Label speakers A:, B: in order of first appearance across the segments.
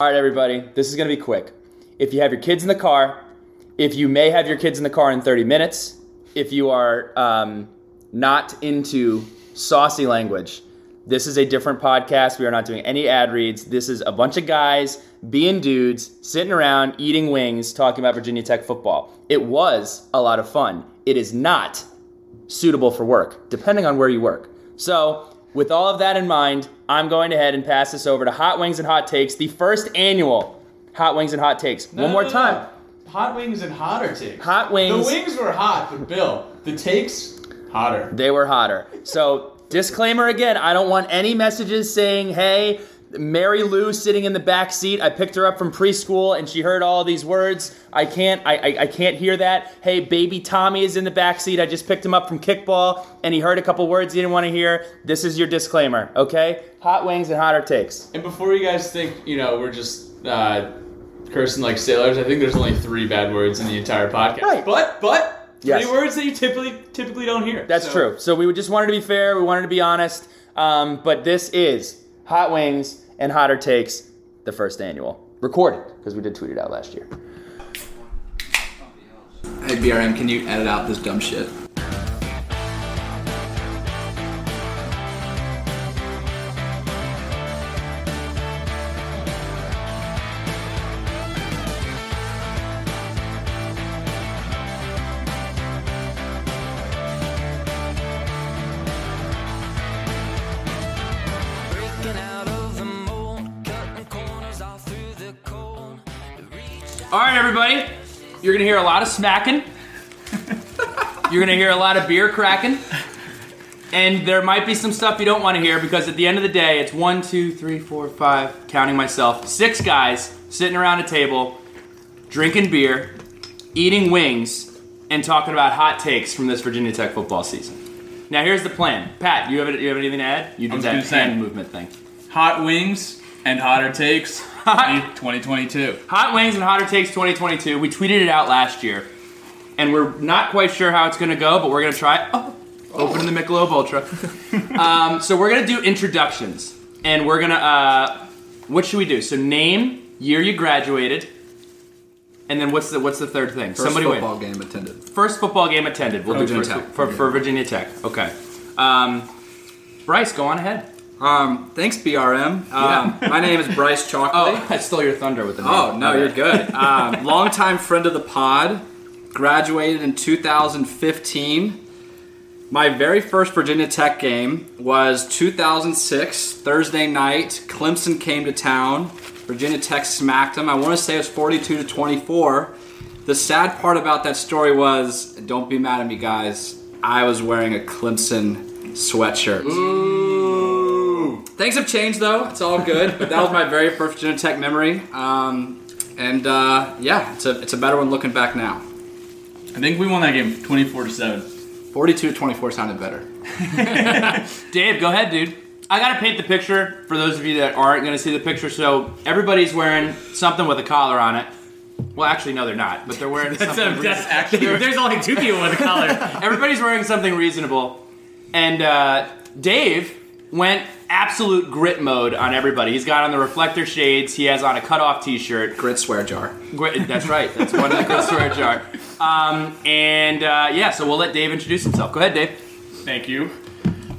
A: All right, everybody, this is going to be quick. If you have your kids in the car, if you may have your kids in the car in 30 minutes, if you are um, not into saucy language, this is a different podcast. We are not doing any ad reads. This is a bunch of guys being dudes, sitting around eating wings, talking about Virginia Tech football. It was a lot of fun. It is not suitable for work, depending on where you work. So, with all of that in mind, I'm going ahead and pass this over to Hot Wings and Hot Takes, the first annual Hot Wings and Hot Takes.
B: No,
A: One
B: no,
A: more
B: no,
A: time.
B: no. Uh, Hot wings and hotter takes.
A: Hot wings.
B: The wings were hot, but Bill, the takes hotter.
A: They were hotter. So, disclaimer again, I don't want any messages saying, hey, Mary Lou sitting in the back seat. I picked her up from preschool and she heard all these words. I can't I, I, I can't hear that. Hey, baby Tommy is in the back seat. I just picked him up from kickball and he heard a couple words he didn't want to hear. This is your disclaimer, okay? Hot wings and hotter takes.
B: And before you guys think, you know, we're just uh, cursing like sailors, I think there's only three bad words in the entire podcast.
A: Right.
B: But but three
A: Yes.
B: words that you typically typically don't hear.
A: That's
B: So-
A: true. So we just wanted to be fair. We wanted to be honest. Um, but this is Hot Wings and Hotter Takes, the first annual. Recorded, because we did tweet it out last year.
C: Hey BRM, can you edit out this dumb shit?
D: Breaking out of the mold, cutting corners off through the cold.
A: All right, everybody. You're going to hear a lot of smacking. You're going to hear a lot of beer cracking. And there might be some stuff you don't want to hear because at the end of the day, it's one, two, three, four, five, counting myself, six guys sitting around a table, drinking beer, eating wings, and talking about hot takes from this Virginia Tech football season. Now, here's the plan. Pat, you have, you have anything to add? You did
E: was
A: that
E: gonna
A: hand
E: say-
A: movement thing.
E: Hot wings and hotter takes 2022.
A: Hot Wings and Hotter Takes 2022. We tweeted it out last year, and we're not quite sure how it's going to go, but we're going to try. Oh, opening the Michelob Ultra. um, so we're going to do introductions, and we're going to. Uh, what should we do? So name, year you graduated, and then what's the what's the third thing?
C: First
A: Somebody
C: football game attended.
A: win. First football game attended. We'll do
C: Virginia
A: first,
C: Tech.
A: for for Virginia Tech. Okay. Um, Bryce, go on ahead.
C: Um, thanks BRM. Um, my name is Bryce Chalkley.
A: Oh, I stole your thunder with the name.
C: Oh, no,
A: Okay.
C: you're good. Um, longtime friend of the pod, graduated in 2015. My very first Virginia Tech game was 2006, Thursday night. Clemson came to town. Virginia Tech smacked them. I want to say it was 42 to 24. The sad part about that story was, don't be mad at me, guys. I was wearing a Clemson sweatshirt. Things have changed though. It's all good. but that was my very first Virginia Tech memory. Um, and uh, yeah, it's a it's a better one looking back now.
E: I think we won that game 24 to 7.
C: 42 to 24 sounded better.
A: Dave, go ahead, dude. I gotta paint the picture for those of you that aren't gonna see the picture. So everybody's wearing something with a collar on it. Well, actually, no, they're not. But they're wearing something. reasonable.
E: There's only two people with a collar.
A: Everybody's wearing something reasonable. And uh, Dave went absolute grit mode on everybody. He's got on the reflector shades. He has on a cutoff T-shirt.
C: Grit swear jar.
A: Grit- That's right. That's one of the grit swear jar. Um, and uh, yeah, so we'll let Dave introduce himself. Go ahead, Dave.
E: Thank you.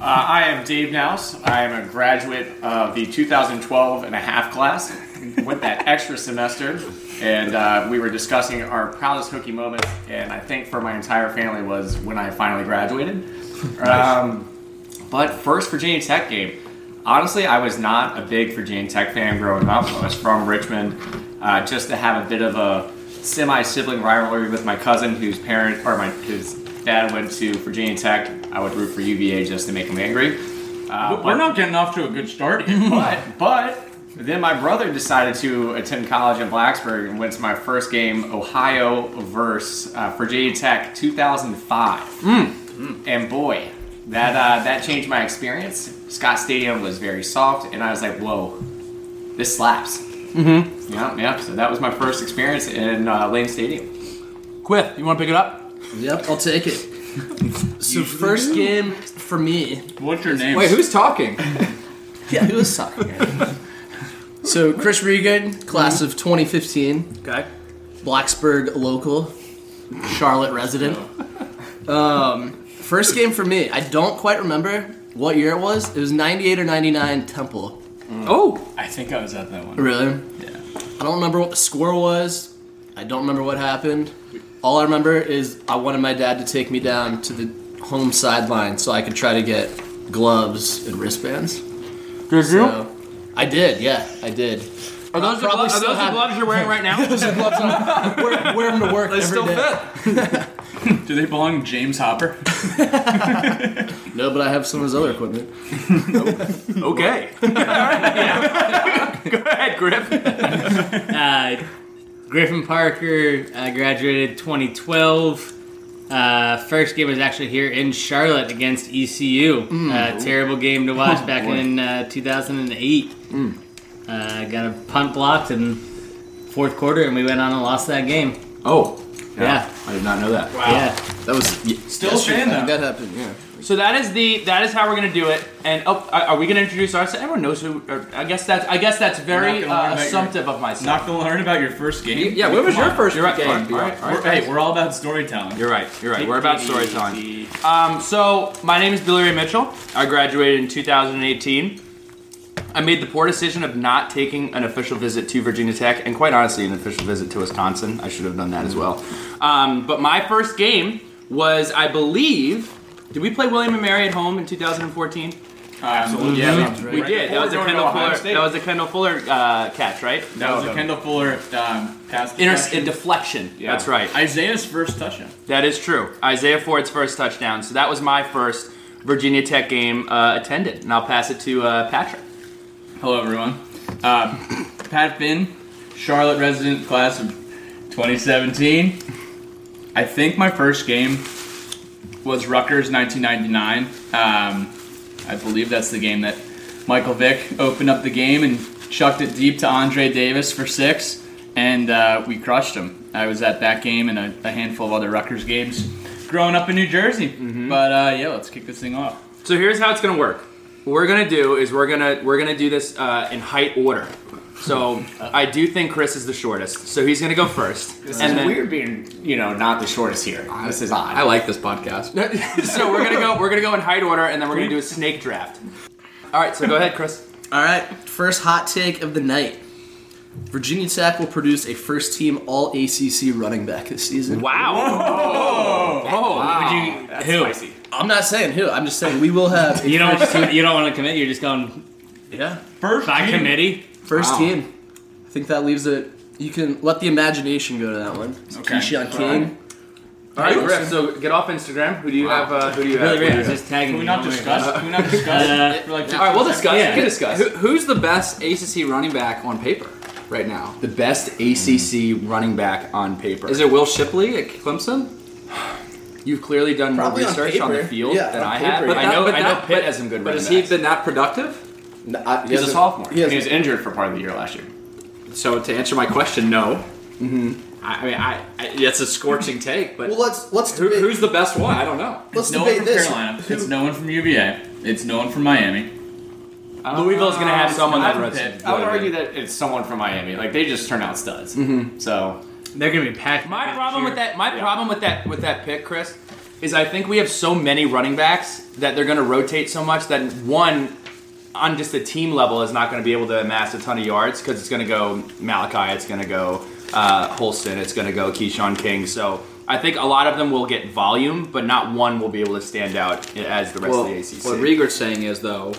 E: Uh, I am Dave Nouse. I am a graduate of the 2012 and a half class. Went that extra semester, and uh, we were discussing our proudest hooky moments. And I think for my entire family was when I finally graduated. Um, but first Virginia Tech game. Honestly, I was not a big Virginia Tech fan growing up. I was from Richmond. Uh, just to have a bit of a semi-sibling rivalry with my cousin, whose parent or my his dad went to Virginia Tech. I would root for UVA just to make him angry. Uh,
F: We're not getting off to a good start here.
E: but but then my brother decided to attend college in Blacksburg and went to my first game, Ohio versus uh, Virginia Tech, 2005.
A: Mm.
E: Mm. And boy, that uh, that changed my experience. Scott Stadium was very soft, and I was like, whoa, this slaps. Mm-hmm. Yeah, yeah. So that was my first experience in uh, Lane Stadium.
A: Quith, you want to pick it up?
G: Yep, I'll take it. so first game for me.
F: What's your name?
C: Wait, who's talking?
G: Yeah, who was talking?
H: So Chris Regan, class of 2015,
C: Okay.
H: Blacksburg local, Charlotte resident. Um, first game for me. I don't quite remember what year it was. It was 98 or 99 Temple.
C: Oh,
A: Mm. I think I was at that one.
H: Really? Yeah. I don't remember what the score was. I don't remember what happened. All I remember is I wanted my dad to take me down to the home sideline so I could try to get gloves and wristbands.
A: Did
H: So I did, yeah, I did.
A: Are those, the,
H: Probably
A: gloves, are
H: still
A: those the
H: have-
A: gloves you're wearing right now?
H: Wear, wear 'em to work every day.
A: Do they belong to James Hopper?
H: No, but I have some of his other equipment.
C: Okay. Go ahead, Griff.
I: Uh, Griffin Parker uh, graduated 2012. Uh, first game was actually here in Charlotte against ECU. E Uh, terrible game to watch back in uh, 2008. Uh, got a punt blocked in fourth quarter, and we went on and lost that game.
C: Oh,
I: Yeah,
C: I did not know that.
I: yeah.
H: That was
A: Still
H: That's true.
A: fan,
H: I think
A: though.
H: That happened. Yeah.
A: So that is the that is how we're gonna do it. And oh, are are we gonna introduce ourselves? Everyone knows who. Or, I guess that's I guess that's very
E: We're not gonna learn
A: uh,
E: about your-
A: assumptive of myself.
E: Not gonna learn about your first game.
C: Yeah, when was
A: Come
C: your
A: on.
C: first
A: You're right.
C: game?
A: All right, all right, all right.
E: We're- hey, we're all about storytelling.
C: You're right. You're right. We're about storytelling.
A: Um, so my name is Billy Ray Mitchell. I graduated in 2018. I made the poor decision of not taking an official visit to Virginia Tech, and quite honestly, an official visit to Wisconsin. I should have done that as well. Um, but my first game was, I believe, did we play William and Mary at home in 2014?
E: absolutely. Yeah,
A: We did. That was a Kendall
E: Before we went to Ohio
A: Fuller.
E: State.
A: That was a Kendall Fuller uh, catch, right?
E: that was a Kendall Fuller um, pass.
A: Inter-
E: deflection.
A: a deflection. That's right.
E: Isaiah's first touchdown.
A: That is true. Isaiah Ford's first touchdown. So that was my first Virginia Tech game uh, attended, and I'll pass it to uh, Patrick.
E: Hello, everyone. Uh, Pat Finn, Charlotte resident, class of 2017. I think my first game was Rutgers 1999. Um, I believe that's the game that Michael Vick opened up the game and chucked it deep to Andre Davis for six, and uh, we crushed him. I was at that game and a, a handful of other Rutgers games growing up in New Jersey. But uh, yeah, let's kick this thing off.
A: So here's how it's gonna work. What we're gonna do is we're gonna we're gonna do this uh, in height order. So I do think Chris is the shortest, so he's gonna go first.
J: This
A: and
J: is
A: then,
J: weird being, you know, not the shortest here. This is odd.
C: I like this podcast.
A: so we're gonna go we're gonna go in height order, and then we're gonna do a snake draft. All right, so go ahead, Chris.
H: All right, first hot take of the night. Virginia Tech will produce a first team All ACC running back this season.
A: Wow.
C: Oh,
I: Would you, who?
H: I'm not saying who. I'm just saying we will have. a
I: You don't
H: first team.
I: you don't want to commit. You're just going
H: Yeah,
E: First
I: by committee.
H: first
C: Wow.
H: team. I think that leaves it. You can let the imagination go to that one.
E: Okay.
H: Keyshawn King.
A: All right, Griff. So get off Instagram. Who do you have? Uh, who do you have? Who
I: Really,
A: do you
I: really,
A: have?
I: just tagging.
E: Can we
I: me,
E: not
I: don't worry
E: discuss?
I: about
E: Can we not discuss?
I: Uh,
E: For like
A: All right, we'll discuss.
I: Yeah.
A: We can discuss.
C: Who, who's the best ACC running back on paper right now?
K: The best ACC running back on paper.
C: Is it Will Shipley at Clemson?
A: You've clearly done more
H: Probably on
A: research on, the
H: paper.
A: field
H: Yeah,
A: than
H: on
A: I have.
H: paper. But
A: I
C: that-
A: know,
C: but
A: I know
C: that-
A: Pitt
C: but-
A: has some good
C: But
A: running
C: has he
A: backs.
C: been that productive?
J: No, I- he
C: He's a
J: hasn't-
C: sophomore.
J: He was injured for part of the year last year.
C: So to answer my question, no.
A: Mm-hmm.
C: I, I mean, I, I that's a scorching take, but
H: Well, let's let's
C: who,
H: debate,
C: who's the best one? I don't know.
H: let's
E: no one
H: debate
E: from
H: this.
E: Carolina. It's no one from UVA. It's no one from Miami.
J: Uh,
A: Louisville's gonna have someone that
E: I've
A: runs.
E: picked-
J: I would argue that it's someone from Miami. Like they just turn out studs.
A: Mm-hmm.
J: So
I: it. They're gonna be packed.
A: My
I: next
A: problem
I: year.
A: with that, my problem with that, with that pick, Chris, is I think we have so many running backs that they're going to rotate so much that one on just the team level is not going to be able to amass a ton of yards because it's going to go Malachi, it's going to go uh, Holston, it's going to go Keyshawn King. So I think a lot of them will get volume, but not one will be able to stand out as the rest
C: Well,
A: of the ACC.
C: what Rieger's saying is though,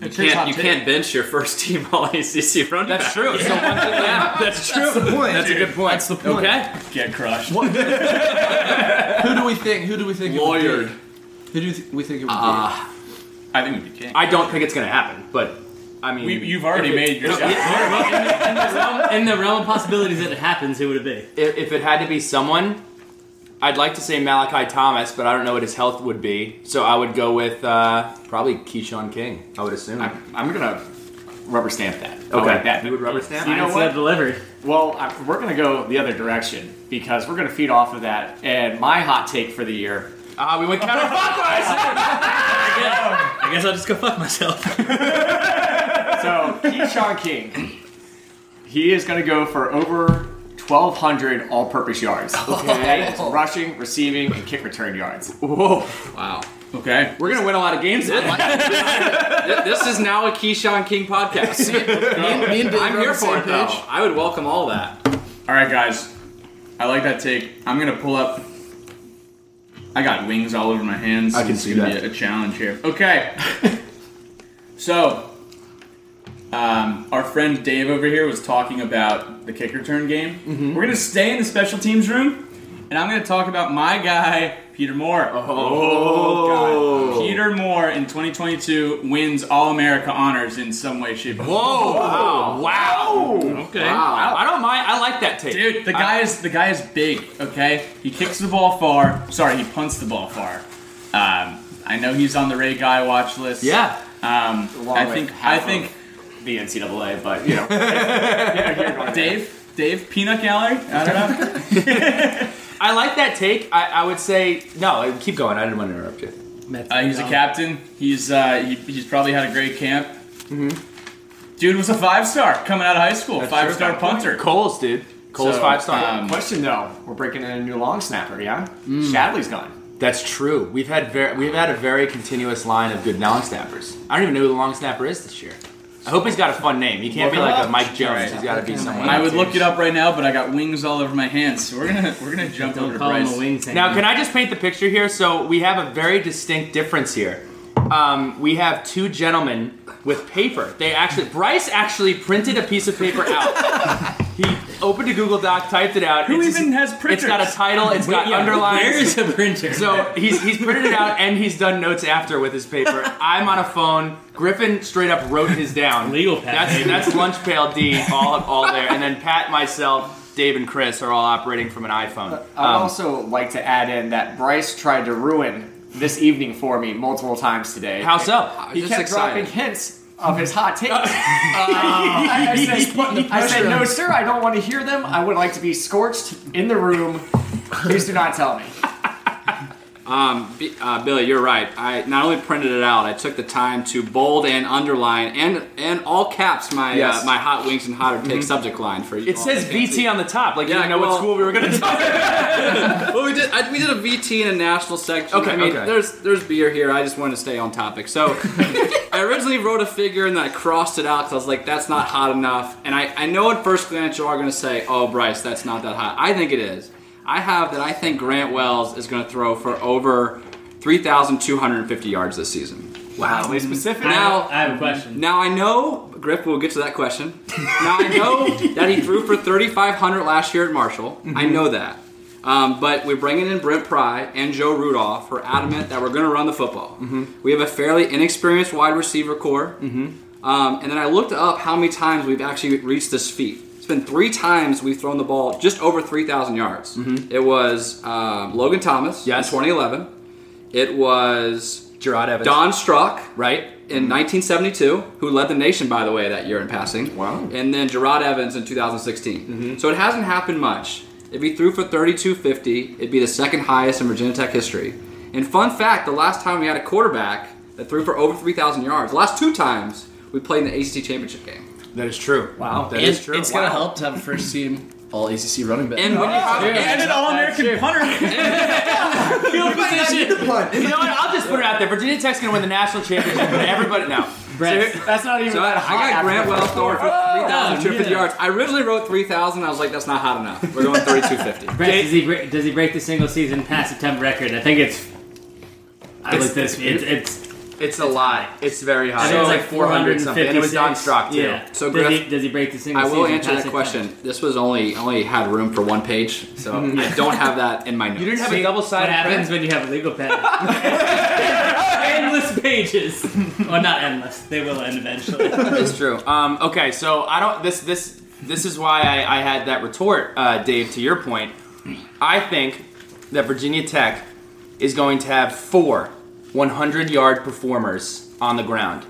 C: you
E: It's his
C: can't
E: hot
C: you
E: take.
C: can't bench your first team all ACC running
A: That's
C: back.
A: true. So once again, that's true.
H: That's the point.
A: That's a good point. That's the point. Okay.
E: Get crushed.
H: Who do we think? Who do we think? Lawyered. Who do th- we think it would be?
C: Uh,
E: I think we'd be king.
A: I don't think it's going to happen, but I mean,
E: We, you've already made your shot.
I: in the realm of possibilities that it happens, who would it be?
A: if, if it had to be someone, I'd like to say Malachi Thomas, but I don't know what his health would be. So I would go with uh, probably Keyshawn King. I would assume.
J: I'm, I'm gonna rubber stamp that. I
A: Okay.
J: like that.
A: You would rubber stamp.
J: You know
I: Mindset
J: what?
I: delivered.
J: Well, I, we're gonna go the other direction because we're gonna feed off of that. And my hot take for the year.
A: Ah, we went counterclockwise.
I: I guess I'll just go fuck myself.
J: So Keyshawn King He is going to go for over 1,200 all-purpose yards. Okay. That is rushing, receiving, and kick return yards.
E: Whoa.
C: Wow.
E: Okay.
C: We're gonna win a lot of games. Then. this is now a Keyshawn King podcast.
H: Me and Dave
C: I'm
H: are on
C: here
H: the
C: for
H: same
C: it though.
H: page.
C: I would welcome all that.
E: All right, guys. I like that take. I'm gonna pull up. I got wings all over my hands. I
A: can see
E: gonna
A: that.
E: Be a challenge here. Okay. so, um, our friend Dave over here was talking about the kick return game. We're gonna stay in the special teams room, and I'm gonna talk about my guy Peter Moore. Oh, God. Peter Moore in 2022 wins All America honors in some way, shape, or form.
A: wow. Wow.
I: Okay.
A: Wow. I don't mind. I like that tape.
E: Dude, the guy is the guy is big. Okay, he kicks the ball far. Sorry, he punts the ball far. Um, I know he's on the Ray Guy watch list.
A: Yeah.
E: Um,
J: Along
E: I
J: with
E: think I
J: half
E: think
J: of the NCAA, but you know, yeah, you're going there.
E: Dave Dave Peanut Gallery. I don't know.
A: I like that take. I, I would say no. Keep going. I didn't want to interrupt you.
E: Uh, he's a captain. He's uh, he, he's probably had a great camp.
A: Mm-hmm.
E: Dude was a five star coming out of high school. Five star
J: Good point.
E: punter.
A: Cole's dude. Cole's
E: So,
A: five star.
E: um, Hmm.
J: Question though, we're breaking in a new long snapper, yeah? Shadley's gone.
A: That's true. We've had very we've had a very continuous line of good long snappers. I don't even know who the long snapper is this year. I hope he's got a fun name. He can't be
E: Look him
A: like
E: up.
A: a Mike Jones.
E: Alright.
A: He's got to be someone.
E: I
A: else.
E: would look it up right now, but I got wings all over my hands. So we're gonna we're gonna jump over
I: Don't
E: to
I: call him
E: Bryce.
I: a wings hanger.
A: Now, can I just paint the picture here? So we have a very distinct difference here. Um, we have two gentlemen with paper. They actually, Bryce actually printed a piece of paper out. he opened a Google Doc, typed it out.
E: Who even has
A: It's got a
E: printers?
A: title. It's got
I: Yeah, Where
A: underlines.
I: is the printer?
A: So he's he's printed it out and he's done notes after with his paper. I'm on a phone. Griffin straight up wrote his down.
I: Legal pad,
A: That's
I: baby.
A: that's lunch pail D all all there. And then Pat, myself, Dave, and Chris are all operating from an iPhone.
J: Uh, I'd
A: Um,
J: also like to add in that Bryce tried to ruin this evening for me multiple times today.
A: how so?
J: he
C: just
J: kept
C: excited.
J: dropping hints of his hot takes. I, I said, I said, no, sir, I don't want to hear them. I would like to be scorched in the room. Please do not tell me.
C: Um, B- uh, Billy, you're right. I not only printed it out, I took the time to bold and underline and and all caps my
A: Yes.
C: uh, my hot wings and hotter take subject line for you.
A: It says VT on the top. Like you
C: Yeah,
A: didn't know
C: well-
A: what school we were gonna talk.
C: Well, we did. I, we did a VT in a national section.
A: Okay,
C: I mean,
A: okay.
C: there's there's beer here. I just wanted to stay on topic. So, I originally wrote a figure and then I crossed it out because I was like, that's not hot enough. And I, I know at first glance you are going to say, oh, Bryce, that's not that hot. I think it is. I have that. I think Grant Wells is going to throw for over three thousand two hundred and fifty yards this season.
J: Wow. specific.
C: Now-
I: now I have a question.
C: Now I know Griff. We'll get to that question. Now I know that he threw for 3,500 last year at Marshall. I know that. Um, but we're bringing in Brent Pry and Joe Rudolph. We're adamant that we're going to run the football. We have a fairly inexperienced wide receiver core. Um, and then I looked up how many times we've actually reached this feat. It's been three times we've thrown the ball just over 3,000 yards. It was um, Logan Thomas
A: Yes.
C: in 2011. It was
A: Gerard Evans.
C: Don Strzok
A: Right?
C: in 1972, who led the nation, by the way, that year in passing.
J: Wow.
C: And then Gerard Evans in 2016. So it hasn't happened much. If he threw for 3250, it'd be the second highest in Virginia Tech history. And fun fact the last time we had a quarterback that threw for over 3,000 yards, the last two times we played in the ACC Championship game.
A: That is true. Wow. That is
H: It's,
A: true.
H: it's gonna help to have a first team all ACC running back.
C: And when you-
I: Oh,
E: and an All American punter.
A: You know what? I'll just put it out there. Virginia Tech's gonna win the national championship, but everybody now.
I: Brett,
J: That's not even
C: So uh, I,
J: that hot
C: I got
J: after
C: Grant
J: the
C: Wells
J: first
C: throwing for 3,250
I: yeah.
C: yards. I originally wrote 3,000. I was like, that's not hot enough. We're going 3,250.
I: Brett, does he break, does he break the single season past September record? I think it's. I
A: It's-
I: looked this. It's. it's
A: It's a lot. It's very high.
I: I think it's
A: It's
I: like 400
A: something. And it was Don Strock too.
I: Yeah.
C: So
I: So does,
C: Griff-
I: he, does he break the single
C: I
I: season?
C: will answer
I: past
C: that
I: September?
C: question. This was only only had room for one page, so I don't have that in my notes.
A: You didn't have a double sided
I: What happens when you have a legal pad? endless pages. Well, not endless. They will end eventually.
A: It's true. Um, okay, so I don't. This this this is why I, I had that retort, uh, Dave. To your point, I think that Virginia Tech is going to have four 100 yard performers on the ground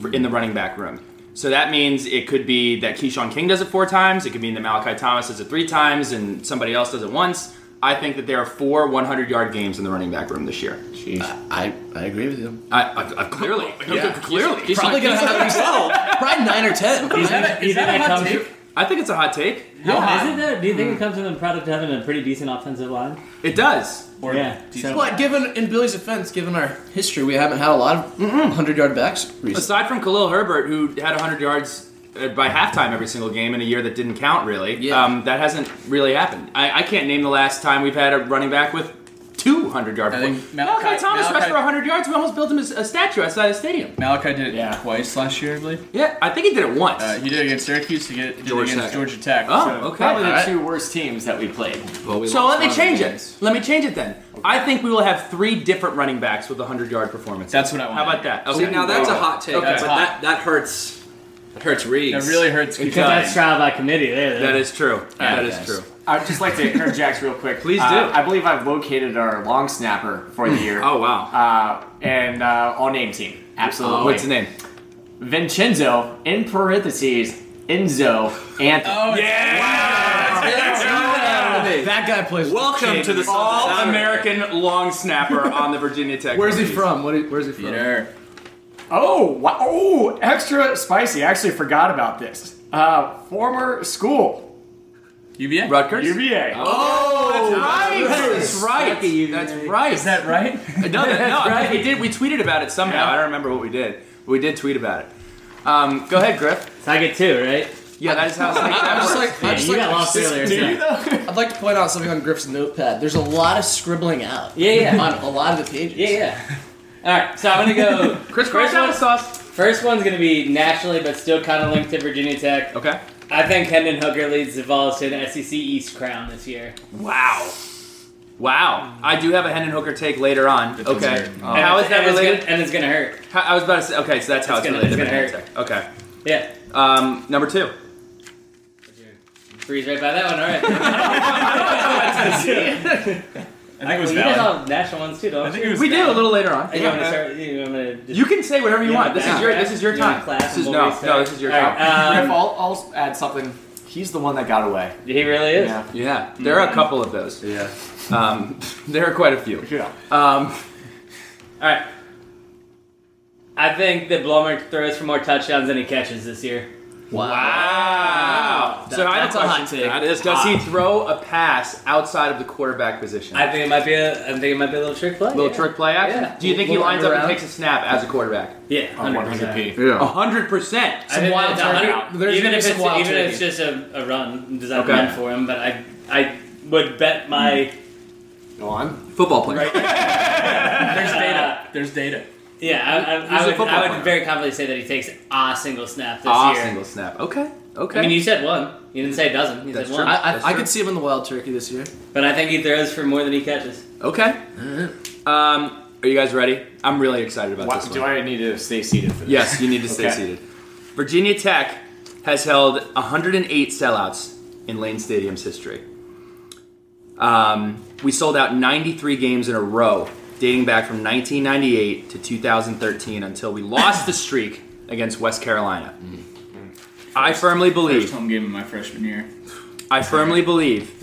A: for- in the running back room. So that means it could be that Keyshawn King does it four times. It could mean that Malachi Thomas does it three times, and somebody else does it once. I think that there are four 100 yard games in the running back room this year.
H: I, I agree with you.
A: I, I, I clearly,
H: Yeah.
A: clearly,
H: Probably gonna have at least probably nine or ten.
I: Is that
E: is that a hot
I: comes,
E: take?
A: I think it's a hot take.
I: Yeah, is it though? Do you think it comes from the product of having a pretty decent offensive line?
A: It does.
E: Or
I: yeah. So,
H: But given, in Billy's offense, given our history, we haven't had a lot of 100 yard backs recently.
A: Aside from Khalil Herbert, who had 100 yards uh, by halftime every single game in a year that didn't count really,
H: Yeah.
A: um, that hasn't really happened. I, I can't name the last time we've had a running back with 200 yards.
H: I think-
A: Malachi, Thomas rushed
E: Malachi-
A: for 100 yards. We almost built him as a statue outside the stadium.
E: Malachi did it
J: Yeah.
E: twice last year, I believe.
A: Yeah, I think he did it once.
E: Uh, he did it against Syracuse to get did it
H: Georgia
E: against
H: Tech.
E: Georgia Tech.
A: oh, okay.
J: Probably the
A: Alright.
J: two worst teams that we played.
H: Well, we
A: So
H: lost
A: let me
H: one.
A: change it. Let me change it then. I think we will have three different running backs with 100 yard performances.
E: That's what I want.
A: How about that?
C: See, now that's a hot take,
A: Okay.
C: but
A: That's
E: hot.
C: that that hurts. That hurts Reeves.
E: That really hurts.
I: because
E: Kukoc.
I: that's trial by committee there.
A: That is true. that is
H: guys.
A: true.
J: I'd just like to interject real quick.
A: Please
J: Uh,
A: do.
J: I believe I've located our long snapper for the year.
A: Oh wow.
J: Uh, and uh, all name team. Absolutely.
A: What's his name?
J: Vincenzo, in parentheses, Enzo Anthony.
E: Oh, yeah!
H: That guy plays.
C: Welcome to the
A: All
C: Saturday.
A: American long snapper on the Virginia Tech.
H: Where's he
A: Aggies.
H: from? What is, where's he from?
E: Peter.
J: Oh, wow. Oh, extra spicy. I actually forgot about this. Uh, former school,
E: UVA.
A: Rutgers.
J: UVA.
A: Oh, that's right. That's right. That's right.
E: Is that right?
A: no, that, no,
I: right.
A: we did. We tweeted about it somehow. I don't remember what we did. But we did tweet about it. Um, go ahead, Griff.
I: So I get two, right?
A: Yeah, that is how.
H: I'm just like,
I: Yeah,
H: I'm just
I: you
H: like
I: got lost earlier. so-
H: I'd like to point out something on Griff's notepad. There's a lot of scribbling out.
I: Yeah, yeah.
H: On a lot of the pages.
I: Yeah, yeah. All right, so I'm gonna go.
A: Chris Cross
I: First one-
A: sauce.
I: First one's gonna be nationally, but still kind of linked to Virginia Tech.
A: Okay.
I: I think Hendon Hooker leads the Vols to an SEC East crown this year.
A: Wow. Wow. I do have a Hendon Hooker take later on. Okay.
E: deserved.
A: And Oh. how is that
I: and it's
A: related?
I: Gonna, and it's gonna hurt.
A: How- I was about to say. Okay, so that's how it's,
I: It's gonna-
A: related.
I: it's
A: to
I: gonna
A: Virginia Tech.
I: Yeah,
A: Okay. Um, number two.
I: freeze right by that one. All right.
E: I think it was
I: you guys
E: valid.
I: all have national ones too, don't
E: I think
I: you?
E: it was
A: We do
E: valid.
A: a little later on.
I: You want me to start? You want me to just
A: You can say whatever you
I: Yeah,
A: want. This is
I: back-
A: your. This is your
I: you want
A: time.
I: class
A: This
I: and
A: is
I: we'll
A: no.
I: restart?
A: No, this is your
I: All
A: time.
I: right,
J: Griff,
I: um,
J: I'll, I'll add something. He's the one that got away.
I: he really is.
J: Yeah.
A: Yeah, there are a couple of those.
J: Yeah.
A: Um, there are quite a few.
J: Yeah.
A: Um,
I: All right. I think that Blummer throws for more touchdowns than he catches this year.
H: Wow.
A: wow. so I have
H: that's
A: a
H: a hot
A: question.
H: take.
A: That is Does he throw a pass outside of the quarterback position?
I: I think it might be a. I think it might be a little trick play.
A: little
I: yeah.
A: trick play action.
I: Yeah.
A: Do you think he
H: Little
A: lines up and
H: underround.
A: takes a snap as a quarterback?
I: Yeah, hundred percent.
A: Yeah, hundred percent.
I: I think
H: wild
I: that's a hundred-
H: turnout. There's
I: even
H: gonna
I: if
H: be
I: it's
H: some wild
I: even if it's
H: turkey.
I: just a, a run designed
A: Okay.
I: meant for him, but I I would bet my
J: Go on.
C: football player.
I: there's data.
E: There's data.
I: uh, Yeah, I,
A: He's
I: I,
A: a
I: I would,
A: football
I: I
A: player.
I: would very confidently say that he takes a single snap this
A: Ah,
I: year.
A: single snap. Okay, okay.
I: I mean, you said one. You didn't say a dozen. You
A: That's
I: said
A: true.
I: one.
H: I,
A: That's
H: I, I
A: true.
H: could see him in the wild turkey this year.
I: but I think he throws for more than he catches.
A: okay. Um, are you guys ready? I'm really excited about
J: What,
A: this one.
J: do I need to stay seated for this?
A: Yes, you need to stay
J: Okay.
A: seated. Virginia Tech has held 108 sellouts in Lane Stadium's history. Um, we sold out 93 games in a row, dating back from 1998 to 2013 until we lost the streak against West Carolina.
J: Mm-hmm.
A: I firmly
E: First
A: believe,
E: home game in my freshman year.
A: I firmly believe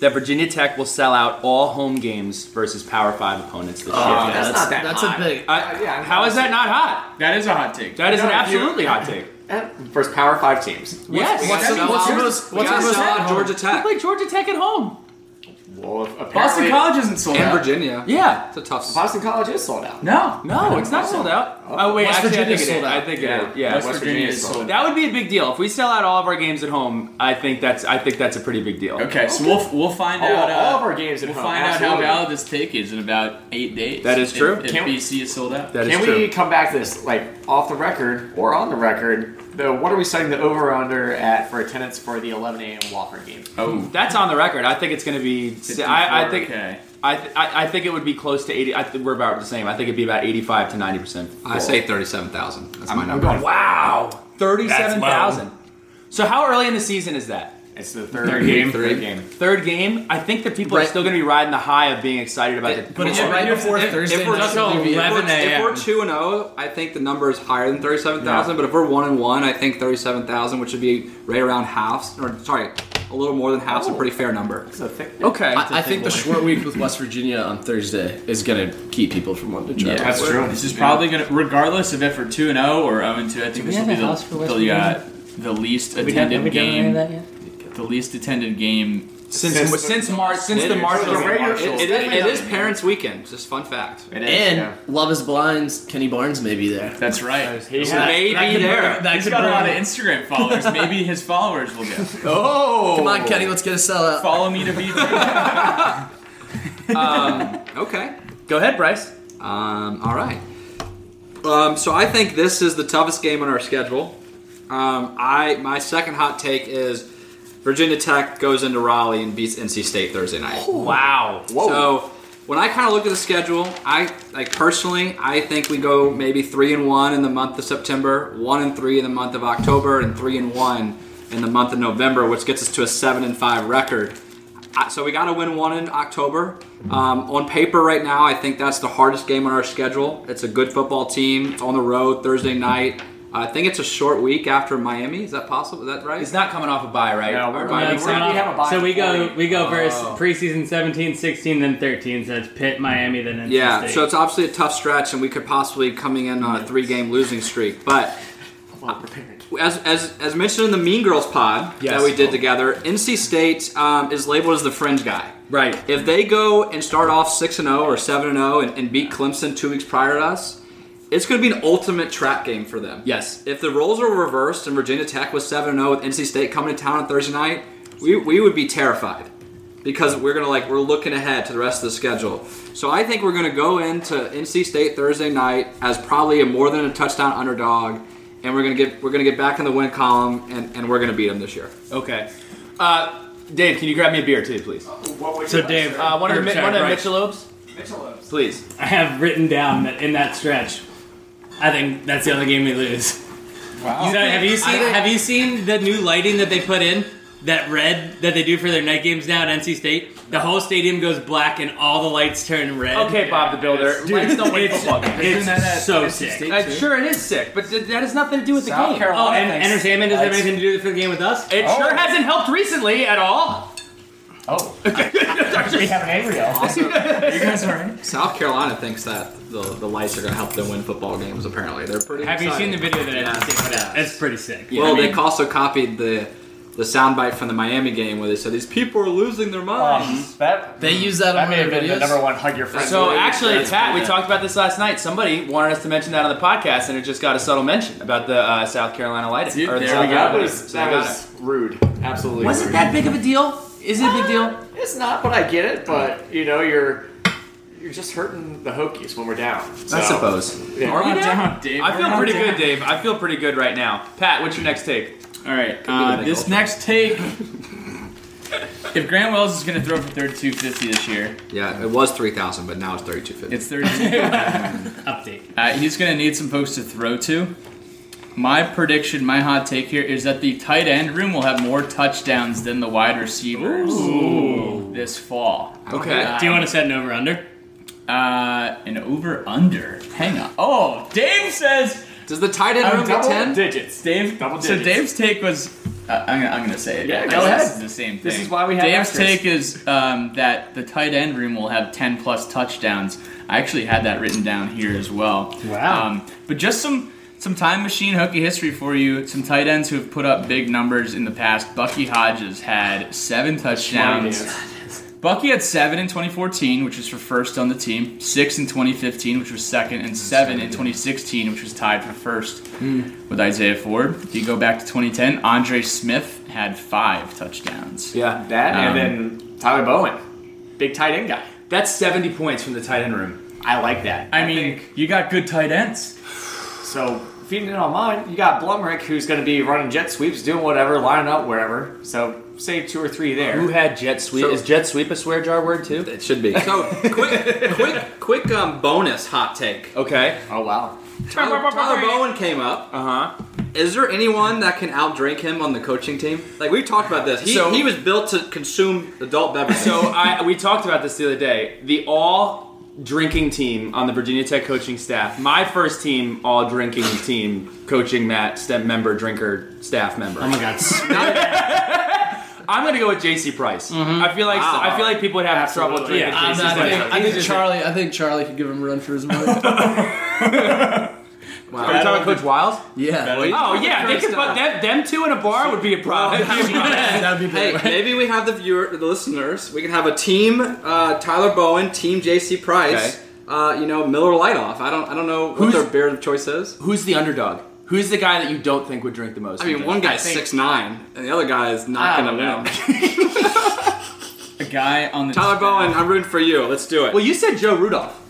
A: that Virginia Tech will sell out all home games versus Power 5 opponents this year.
J: Oh, Yeah, that's, not that
H: That's
J: high.
H: a big.
A: I-
J: yeah, I'm-
A: how is that not hot?
E: That is a hot take.
A: That is an
J: No, you-
A: absolutely hot take.
J: Eh, First Power Five teams.
A: Yes.
H: What's the,
E: Yeah,
H: what's the
E: that's-
H: most?
C: What's
H: What's the most?
C: up, Georgia Tech
A: play Georgia Tech at home.
J: Well, if
E: Boston
J: apparently-
E: College isn't sold
C: and
E: out.
C: Virginia?
A: Yeah.
C: It's a tough. s-
J: Boston College is sold out.
E: No.
A: No, it's not sold out. Oh wait,
H: West
A: actually, I
H: Virginia's
A: think it is.
H: sold out.
A: I think it is. Yeah.
E: West,
J: West
E: Virginia
J: Virginia
E: is
J: is
E: sold out.
A: that would be a big deal if we sell out all of our games at home. I think that's I think that's a pretty big deal.
E: Okay, so we'll we'll find
J: All,
E: out. Uh,
J: all of our games at
E: we'll
J: home.
E: find out how
J: absolutely.
E: valid this take is in about eight days.
A: That is
E: If-
A: true.
E: If,
J: Can't-
E: BC is sold out.
A: That is
J: Can we
A: true.
J: come back to this, like off the record or on the record? The what are we setting the over under at for attendance for the 11 a.m. Walker game?
E: oh,
A: That's on the record. I think it's going to be. I, I think.
E: Okay.
A: I, th- I I think it would be close to eighty. I think we're about the same. I think it'd be about eighty-five to ninety percent.
C: I say thirty-seven thousand. That's my
J: I'm
C: number.
J: going.
A: Wow, thirty-seven thousand. So how early in the season is that?
J: It's the third,
E: Third game.
J: Third game.
A: Third game. I think that people are
H: Right.
A: still going to be riding the high of being excited about it.
H: But it's
C: If-
H: right
C: if-
H: before
C: if- if
H: Thursday.
C: we're
H: night
C: still
H: preview.
C: If we're, if
I: 11
C: we're
I: a.m..
C: two and zero, I think the number is higher than thirty-seven thousand. But if we're one and one, I think thirty-seven thousand, which would be right around half, or sorry, a little more than half's a pretty fair number.
J: It's a thick.
A: okay.
H: I, I think the short week with West Virginia on Thursday is going to keep people from wanting to travel.
J: That's true.
E: oh This is probably gonna, regardless of if we're two and zero or zero and two. I think this will be the, the uh, the least
I: We haven't-
E: attended
I: have we done any
E: game.
I: of that yet?
E: The least attended game.
A: since since, March since the March
J: Since the Raiders-
C: It- it is- it is Parents Weekend. Just fun fact.
J: It is,
H: And
J: yeah.
H: Love is Blind's Kenny Barnes may be there.
E: That's right.
C: He may
E: That
C: be
E: could
C: there.
E: bring- That
H: could
E: has got a lot of
H: bring-
E: Instagram followers. Maybe his followers will go.
C: Oh,
H: Come on, Kenny, let's get a sellout.
E: Follow me to be there.
C: Okay.
A: Go ahead, Bryce.
C: Um, all right. Um, so I think this is the toughest game on our schedule. Um, I my second hot take is Virginia Tech goes into Raleigh and beats NC State Thursday night.
A: Oh. Wow.
C: So when I kind of look at the schedule, I like personally, I think we go maybe three and one in the month of September, one and three in the month of October, and three and one in the month of November, which gets us to a seven and five record. I- So we got to win one in October. Um, on paper, right now, I think that's the hardest game on our schedule. It's a good football team. It's on the road Thursday night. I think it's a short week after Miami. Is that possible? Is that right?
A: It's not coming off a bye, right?
J: No, we're-
C: Bye
I: No,
C: week.
I: it's
J: We're-
I: not
J: we
I: off.
J: have a bye
I: so we go
J: before we-
I: we go versus
J: Oh.
I: preseason 17, 16, then 13. So it's Pitt, Miami, then NC
C: Yeah,
I: State.
C: so it's obviously a tough stretch, and we could possibly coming in on a three-game losing streak. But as, as as mentioned in the Mean Girls pod
A: Yes.
C: that we did together, NC State um, is labeled as the fringe guy.
A: Right.
C: If they go and start off six and zero or seven and zero and beat Clemson two weeks prior to us, it's going to be an ultimate trap game for them.
A: Yes.
C: If the roles are reversed and Virginia Tech was seven zero with NC State coming to town on Thursday night, we, we would be terrified because we're gonna like we're looking ahead to the rest of the schedule. So I think we're gonna go into NC State Thursday night as probably a more than a touchdown underdog, and we're gonna get we're gonna get back in the win column and, and we're gonna beat them this year.
A: Okay. Uh, Dave, can you grab me a beer too, please?
J: What would
I: So,
J: you
I: Dave,
A: Uh, one of
I: or,
A: the, mi-
I: sorry,
A: one of the
I: Bryce,
A: Michelobes,
J: Michelob's.
A: please.
I: I have written down that in that stretch, I think that's the only game we lose. Wow. have you seen Have you seen the new lighting that they put in? That red that they do for their night games now at NC State. The whole stadium goes black and all the lights turn red.
A: Okay, Bob the Builder.
I: Dude,
A: Lights don't win
I: it's-
A: football games.
I: It's so sick.
A: Uh, sure, it is sick, but th- that has nothing to do with the game.
I: Oh, and entertainment doesn't have
A: Lights.
I: anything to do with the game with us.
A: It
E: Oh.
A: sure hasn't helped recently at all.
E: You guys are in.
C: South Carolina thinks that the, the lights are gonna help them win football games. Apparently, they're pretty.
I: Have you
C: excited.
I: seen the video that NC State put out?
C: Yeah.
I: It's pretty sick.
C: Well, they also copied the the soundbite from the Miami game where they said these people are losing their minds.
J: That,
H: They use that
J: that
H: on
J: may
H: their
J: have been the
H: videos.
J: number one hug your friend.
A: So
C: Absolutely.
A: actually,
C: That's
A: Pat,
C: cool.
A: we talked about this last night. Somebody wanted us to mention that on the podcast, and it just got a subtle mention about the uh, South Carolina lighting.
E: Dude,
A: or the
E: there
A: South
E: we go.
J: that
A: Carolina
J: was
A: lighting.
J: that
A: So I got
J: was rude. Absolutely.
A: it. Was
J: rude.
A: it that big of a deal? Is it a big deal?
J: It's not, but I get it. But you know, you're you're just hurting the Hokies when we're down. So.
A: I suppose.
J: Yeah.
A: Are we
E: We're
A: down?
E: down, Dave.
A: I
E: We're
A: feel
E: not
A: pretty
E: down.
A: good, Dave. I feel pretty good right now. Pat, what's your next take?
E: All right. Uh,
C: the
E: this next take. If Grant Wells is going to throw for 3250 this year,
C: Yeah, it was three thousand, but now it's thirty two fifty.
E: it's 32.
I: Update.
E: uh, he's going to need some folks to throw to. My prediction, my hot take here is that the tight end room will have more touchdowns than the wide receivers this fall.
A: Okay.
I: Do you want to set an over under?
E: Uh, an over under. Hang on. Oh, Dave says.
C: Does the tight end room get
J: Double
C: ten?
J: digits.
E: Dave.
J: Double
E: so Dave's
J: digits.
E: take was. Uh, I'm, gonna, I'm gonna say it.
J: Yeah,
E: This
J: go ahead.
E: is The same thing.
J: This is why we have
E: Dave's
J: extras.
E: take is um, that the tight end room will have 10 plus touchdowns. I actually had that written down here as well.
I: Wow.
E: Um, but just some some time machine hooky history for you. Some tight ends who have put up big numbers in the past. Bucky Hodges had seven touchdowns. Bucky had seven in 2014, which was for first on the team. Six in 2015, which was second, and seven in 2016, which was tied for first with Isaiah Ford. If you go back to 2010, Andre Smith had five touchdowns.
A: Yeah.
J: That
E: Um,
J: and then Tyler Bowen, big tight end guy.
A: That's 70 points from the tight end room.
J: I like that.
E: I mean, you got good tight ends.
J: So feeding it on mine, you got Blumrick who's going to be running jet sweeps, doing whatever, lining up wherever. So save two or three
A: Who
J: there.
A: had jet sweep?
C: So-
A: is jet sweep a swear jar word too?
C: It should be. So quick, quick, quick. Um, bonus hot take.
A: Okay.
J: Oh wow.
C: Tyler, Tyler Bowen came up.
A: Uh huh.
C: Is there anyone that can outdrink him on the coaching team? Like we talked about this. He,
A: So-
C: he was built to consume adult beverages.
A: So I we talked about this the other day. The all drinking team on the Virginia Tech coaching staff. My first team all drinking team coaching Matt stem member drinker staff member.
I: Oh my god.
A: I'm gonna go with JC Price. I feel like
C: Wow.
A: I feel like people would have trouble
J: Absolutely.
A: drinking.
J: Yeah,
A: JC
H: I
A: Price.
H: think, I think Charlie. I think Charlie could give him a run for his money. Wow.
A: Are you talking about Coach Wiles?
H: yeah.
A: Oh yeah, they could
C: uh,
A: put them, them two in a bar would be a problem.
H: That'd be
C: oh, Hey, maybe we have the viewer, the listeners. We can have a team: uh, Tyler Bowen, Team J.C. Price. Uh, you know, Miller Light off. I don't. I don't know what
A: Who's-
C: their beer of choice is.
A: Who's the underdog? Who's the guy that you don't think would drink the most?
C: I mean, one guy's six nine, and the other guy is not
E: I
C: gonna
E: don't
C: win.
E: A guy on the
C: Tyler Bowen, I'm rooting for you. Let's do it.
A: Well, you said Joe Rudolph.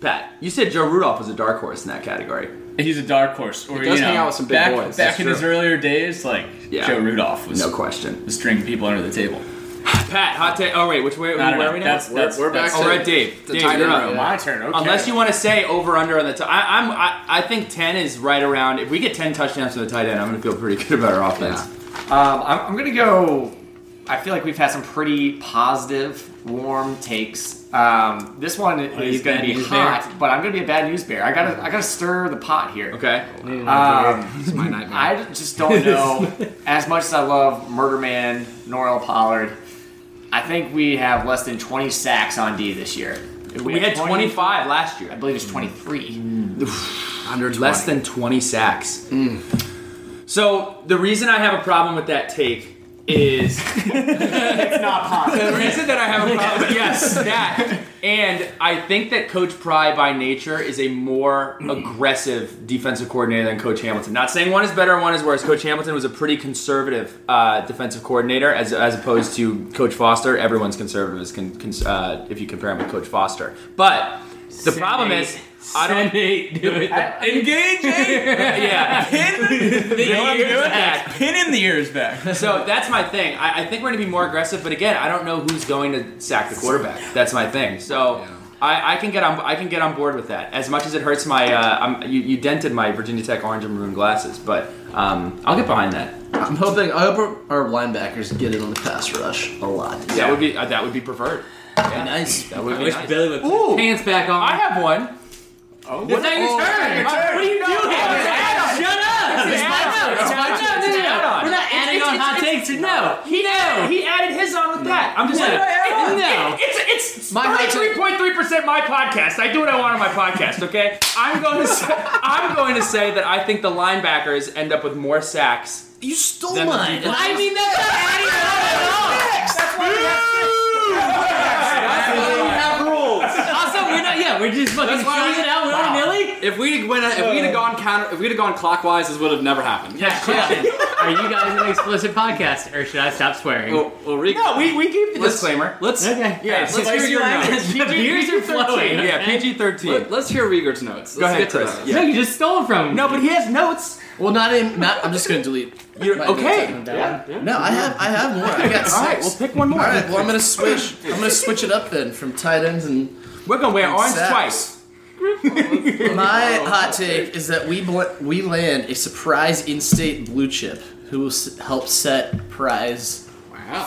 A: Pat, you said Joe Rudolph was a dark horse in that category.
E: He's a dark horse. Or,
C: He does
E: you know,
C: hang out with some big
E: back, Back
C: boys, that's
E: in his
C: true.
E: earlier days, like
A: Yeah.
E: Joe Rudolph was
A: No question.
E: was stringing people under the table.
A: Pat, hot take. Oh wait, which way?
E: I don't
A: where
E: know.
A: are we now?
E: That's,
C: We're-
E: that's,
C: we're back
E: that's-
A: oh,
C: to
A: we're at Dave.
C: the
A: Dave,
C: tight
A: you're
C: end
A: up.
C: round.
J: My turn. Okay.
A: Unless you want to say over under on the top, I, I'm I, I think ten is right around. If we get ten touchdowns from the tight end, I'm gonna feel pretty good about our offense.
J: Um, I'm, I'm gonna go. I feel like we've had some pretty positive, warm takes. Um, this one is
E: he's
J: gonna
E: bad
J: be
E: news
J: hot, but I'm gonna be a bad news bear. I gotta, I gotta stir the pot here.
A: Okay.
J: Um,
C: It's my nightmare.
J: I just don't know. as much as I love Murder Man, Norrell Pollard, I think we have less than 20 sacks on D this year. If
A: We had 25 last
J: I
A: year.
J: believe it's 23.
C: Under
A: Less
C: 20.
A: than 20 sacks.
C: Mm.
A: So the reason I have a problem with that take is
J: It's not
A: the
J: possible.
A: reason that I have a problem with yes, that. And I think that Coach Pry by nature is a more aggressive defensive coordinator than Coach Hamilton. Not saying one is better and one is worse. Coach Hamilton was a pretty conservative uh, defensive coordinator as, as opposed to Coach Foster. Everyone's conservative is con, cons- uh, if you compare him with Coach Foster. But the problem is, I don't.
I: Eight, do it. Engage
A: Yeah.
E: the ears back.
A: back.
E: Pin in the ears back.
A: So that's my thing. I, I think we're going to be more aggressive, but again, I don't know who's going to sack the quarterback. That's my thing. So I, I can get on I can get on board with that. As much as it hurts my, uh, i you, you dented my Virginia Tech orange and maroon glasses, but um, I'll get behind that.
H: I'm hoping. I hope our, our linebackers get in on the pass rush a lot.
A: That would be uh, that would be preferred.
H: nice.
A: That would
I: I
A: be
I: wish
A: nice.
I: Billy would put
A: Ooh.
I: his pants back on.
A: I have one.
J: Oh,
A: It's not your turn. What are you doing?
I: Shut up!
A: It's an add-on.
I: It's
A: No,
I: my turn.
A: no, no, no, no.
I: We're not adding on hot takes. No.
A: He added, he added his on with that. I'm just saying. it-
I: No.
A: it- it's it's
H: My hot take-
A: 33.3% my podcast. I do what I want on my podcast, okay? I'm going to say, I'm going to say that I think the linebackers end up with more sacks.
H: You stole
A: Then
H: mine.
A: the-
I: I mean, that's not adding on at all. Also, we're not. Yeah, we're just fucking
C: why
I: throwing
C: I-
I: it out willy nilly.
C: If we'd went, if we'd have gone counter, if we'd have gone clockwise, this would have never happened.
I: Yeah, Are you guys an explicit podcast, or should I stop swearing?
E: Oh.
C: Well, well, Regan-
A: No, we, we gave the
C: Let's-
A: disclaimer.
C: Let's
I: Okay.
A: Yeah,
C: let's hear your notes.
I: The beers are flowing.
A: Yeah, PG 13.
C: Let, us hear Rieger's notes. Let's
A: Go ahead,
C: get to
A: Chris.
C: those.
A: Yeah.
I: No, you just stole it from. him.
A: No, but he has notes.
H: Well, not in. Not, I'm just gonna delete.
A: You're
H: my
A: okay.
H: notes. No, I have. I have more. I got six.
A: All right, we'll pick one more.
H: All right, well, I'm gonna switch. I'm gonna switch it up then from tight ends and
A: We're gonna wear orange
H: sacks.
A: twice.
H: My hot take is that we bl- we land a surprise in-state blue chip who will s- help set prize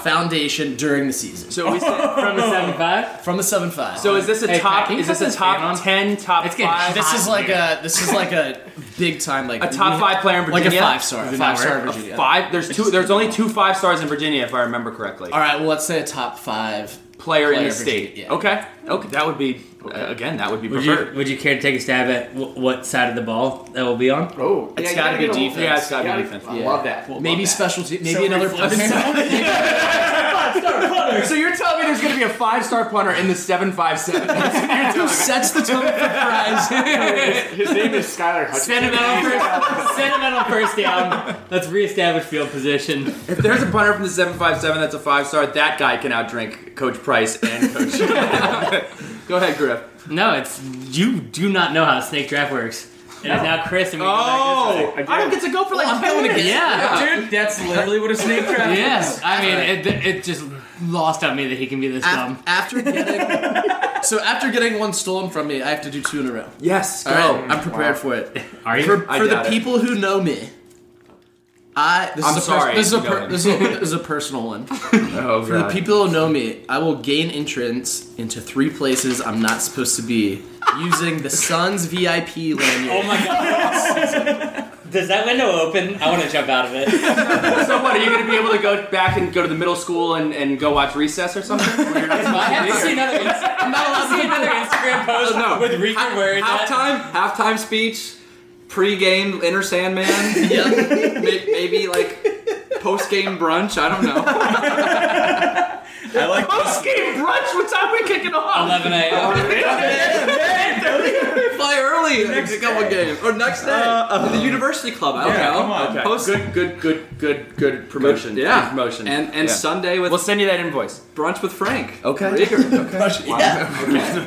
H: foundation during the season.
A: So we said,
I: from a seven five.
H: From the seven five.
A: so is this a
I: Hey, Pat,
A: top?
I: can you
A: Is this
I: put
A: a
I: this fan
A: top
I: on?
A: ten? Top
I: It's getting
A: five?
H: this is like a this is like a big time like
A: A top five player in
H: like
A: Virginia.
H: a five star
I: Does it
H: five
I: not
H: star
I: work?
A: A
H: Virginia.
A: five. There's two. There's only two five stars in Virginia, if I remember correctly.
H: All right, well let's say a top five.
A: player, in
H: Player
A: the state.
H: Virginia, yeah.
A: Okay. Okay. That would be uh, again. That would be
I: Would you
A: preferred.
I: Would you care to take a stab at wh- what side of the ball that will be on?
J: Oh,
H: It's
J: you
H: gotta be
J: get a little-
H: defense.
A: yeah, it's got to
J: Yeah,
A: be defense.
J: I
H: Yeah.
J: love that. Love
H: Maybe
J: that.
H: specialty. Maybe another
A: So you're telling me there's going to be a five star punter in the seven five seven?
H: who sets the tone for prize.
J: His name is Skylar Hutchinson.
I: Sentimental first, sentimental first down. Let's reestablish field position.
A: If there's a punter from the seven five seven that's a five star, that guy can outdrink Coach Price and Coach. Go ahead, Griff.
I: No, it's you do not know how snake draft works. It is now Chris, and we go back this way.
A: I don't get to go for like
H: I'm
A: ten
H: going
A: minutes.
H: again.
I: Yeah,
E: Oh! Dude, that's literally what a snake trap
I: yes. I mean, it, it just lost on me that he can be this dumb.
H: Af- Um, after getting. So after getting one stolen from me, I have to do two in a row.
A: Yes. Go.
H: All right, I'm prepared for it.
I: Are you?
H: For,
A: I
H: for the
A: doubt it.
H: people who know me, I this
A: I'm
H: is a
A: sorry,
H: Per- this is a
A: go
H: per-
A: ahead.
H: this is a, this is a personal one. For
A: Oh,
H: the people who know me, I will gain entrance into three places I'm not supposed to be using the Suns VIP lanyard.
I: Oh my god. Does that window open? I want to jump out of it.
A: So what? Are you going to be able to go back and go to the middle school and, and go watch recess or something?
I: I have to see another, Inst-
E: Oh,
I: I'm not allowed to see another Instagram post
C: No.
I: with Regan wearing that.
C: Halftime, halftime speech. pre-game Inner Sandman. yeah, maybe like post-game brunch. I don't know.
E: I like
C: Post-game brunch? What time we kicking off?
I: 11 a.m.
C: Fly early. Next couple game or next day. the University Club. I don't
E: Yeah,
C: know.
E: come on. Okay.
C: Post.
A: Good, good, good, good, good promotion.
C: Yeah,
A: Good promotion.
C: and and
A: Yeah.
C: Sunday with
A: we'll send you that invoice.
C: brunch with Frank.
A: Okay.
C: Rieger.
H: Yeah.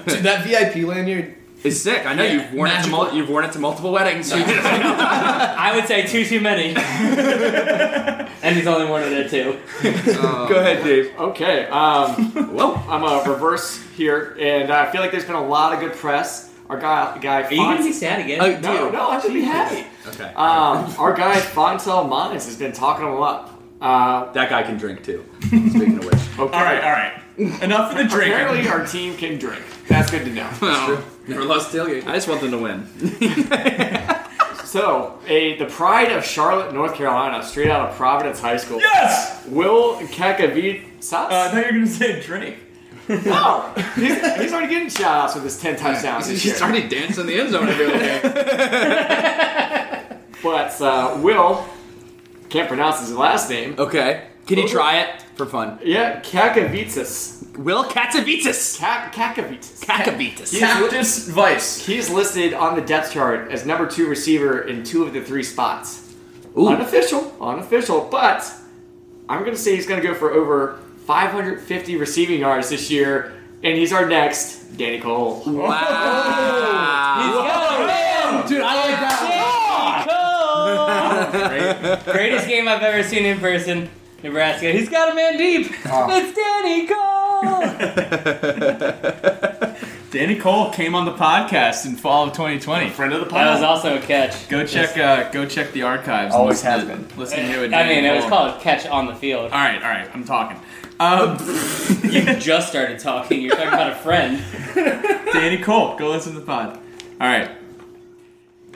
H: Dude, that VIP lanyard.
A: It's sick. I know you've worn it. To
I: magical.
A: mul- you've worn it to multiple weddings.
I: I would say two too many. and he's only one of there too.
A: Go ahead, Dave.
J: Okay. Um, well, I'm a reverse here, and I feel like there's been a lot of good press. Our guy, guy
I: Are you gonna be sad again?
H: Oh, dude.
J: no, no, I should be happy.
A: Okay.
J: Um, our guy Fontel Manes has been talking him up. Uh,
A: that guy can drink too. Speaking of which,
J: okay.
E: All right, all right. Enough of the drinking.
J: Apparently, our team can drink. That's good to know.
A: for Los Tailgate.
C: I just want them to win.
J: So, a the pride of Charlotte, North Carolina, straight out of Providence High School.
E: Yes.
J: Will Kakavid
E: Uh, I thought you were gonna say drink.
J: No, Oh, he's, he's already getting shout outs with his ten touchdowns this year.
C: He's already dancing in the end zone every other day.
J: But uh, Will can't pronounce his last name.
A: Okay. Can you try it for fun?
J: Yeah, Kakavitsis.
A: Will Katsavitis.
J: Ka- Kakavitsis.
A: Kakavitis.
E: Cactus Vice.
J: He's listed on the depth chart as number two receiver in two of the three spots.
A: Ooh.
J: Unofficial, unofficial, but I'm going to say he's going to go for over 550 receiving yards this year, and he's our next Danny Cole.
H: Dude, I like that.
I: Greatest game I've ever seen in person. Nebraska. He's got a man deep.
H: Oh.
I: It's Danny Cole.
E: Danny Cole came on the podcast in fall of 2020.
J: Friend of the pod.
I: That was also a catch.
E: Go check. Uh, go check the archives. and
J: Always
E: listen
J: has
E: to-
J: been.
E: Listen to it.
I: I mean,
E: Danny
I: it was
E: Cole.
I: called catch on the
E: All
I: field.
E: right, all right. I'm talking. Um,
I: You just started talking. You're talking about a friend.
E: Danny Cole, go listen to the pod. All right.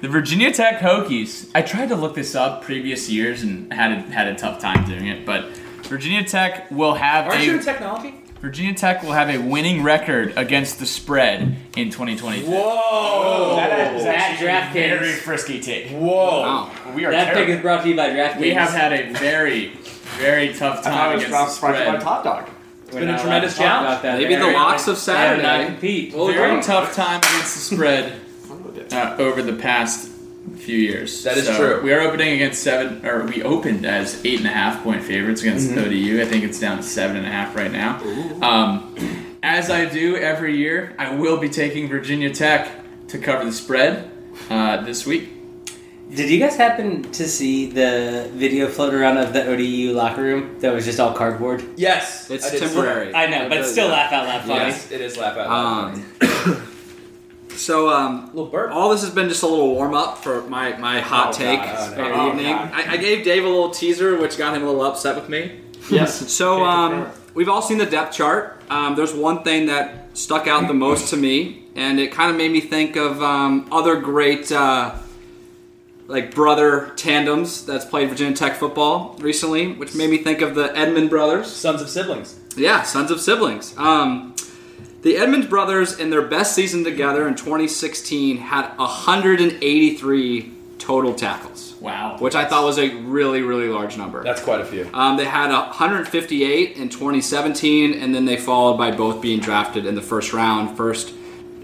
E: The Virginia Tech Hokies. I tried to look this up previous years and had a, had a tough time doing it, but Virginia Tech will have a
I: technology?
E: Virginia Tech will have a winning record against the spread in 2020. Oh,
J: Whoa! That is
I: That
J: actually
I: draft
J: a very
I: kicks.
J: frisky take.
E: Whoa!
J: We are
I: That pick
J: terrible.
I: is brought to you by DraftKings.
E: We have had a very, very tough
J: I thought
E: time
J: it was
E: against the
J: dropped by
E: spread.
J: top dog.
I: It's been
E: not allowed to talk
I: About that.
C: Maybe the
I: Very-
C: locks of
I: they have not
C: Saturday.
I: compete.
E: Very tough time against the spread uh, over the past few years.
A: That is
E: So,
A: true.
E: We are opening against seven, or we opened as eight and a half point favorites against
A: Mm-hmm.
E: ODU. I think it's down to seven and a half right now. Um, as I do every year, I will be taking Virginia Tech to cover the spread uh, this week.
I: Did you guys happen to see the video float around of the ODU locker room that was just all cardboard?
A: Yes.
C: It's
A: I did see
C: temporary.
A: that.
I: I know, but it's still laugh out loud funny.
A: Yes, it is laugh out loud.
C: Um, so um,
A: Little burp.
C: all this has been just a little warm up for my, my hot take
A: oh,
C: for the
J: Oh,
C: evening.
J: God.
C: I, I gave Dave a little teaser, which got him a little upset with me.
J: Yes.
C: So um,
J: Fair.
C: we've all seen the depth chart. Um, there's one thing that stuck out the most to me, and it kind of made me think of um, other great uh, like brother tandems that's played Virginia Tech football recently, which made me think of the Edmund brothers.
A: Sons of siblings.
C: Yeah, sons of siblings. Um, the Edmonds brothers, in their best season together in 2016, had 183 total tackles,
E: Wow.
C: which I thought was a really, really large number.
A: That's quite a few.
C: Um, they had 158 in 2017, and then they followed by both being drafted in the first round, first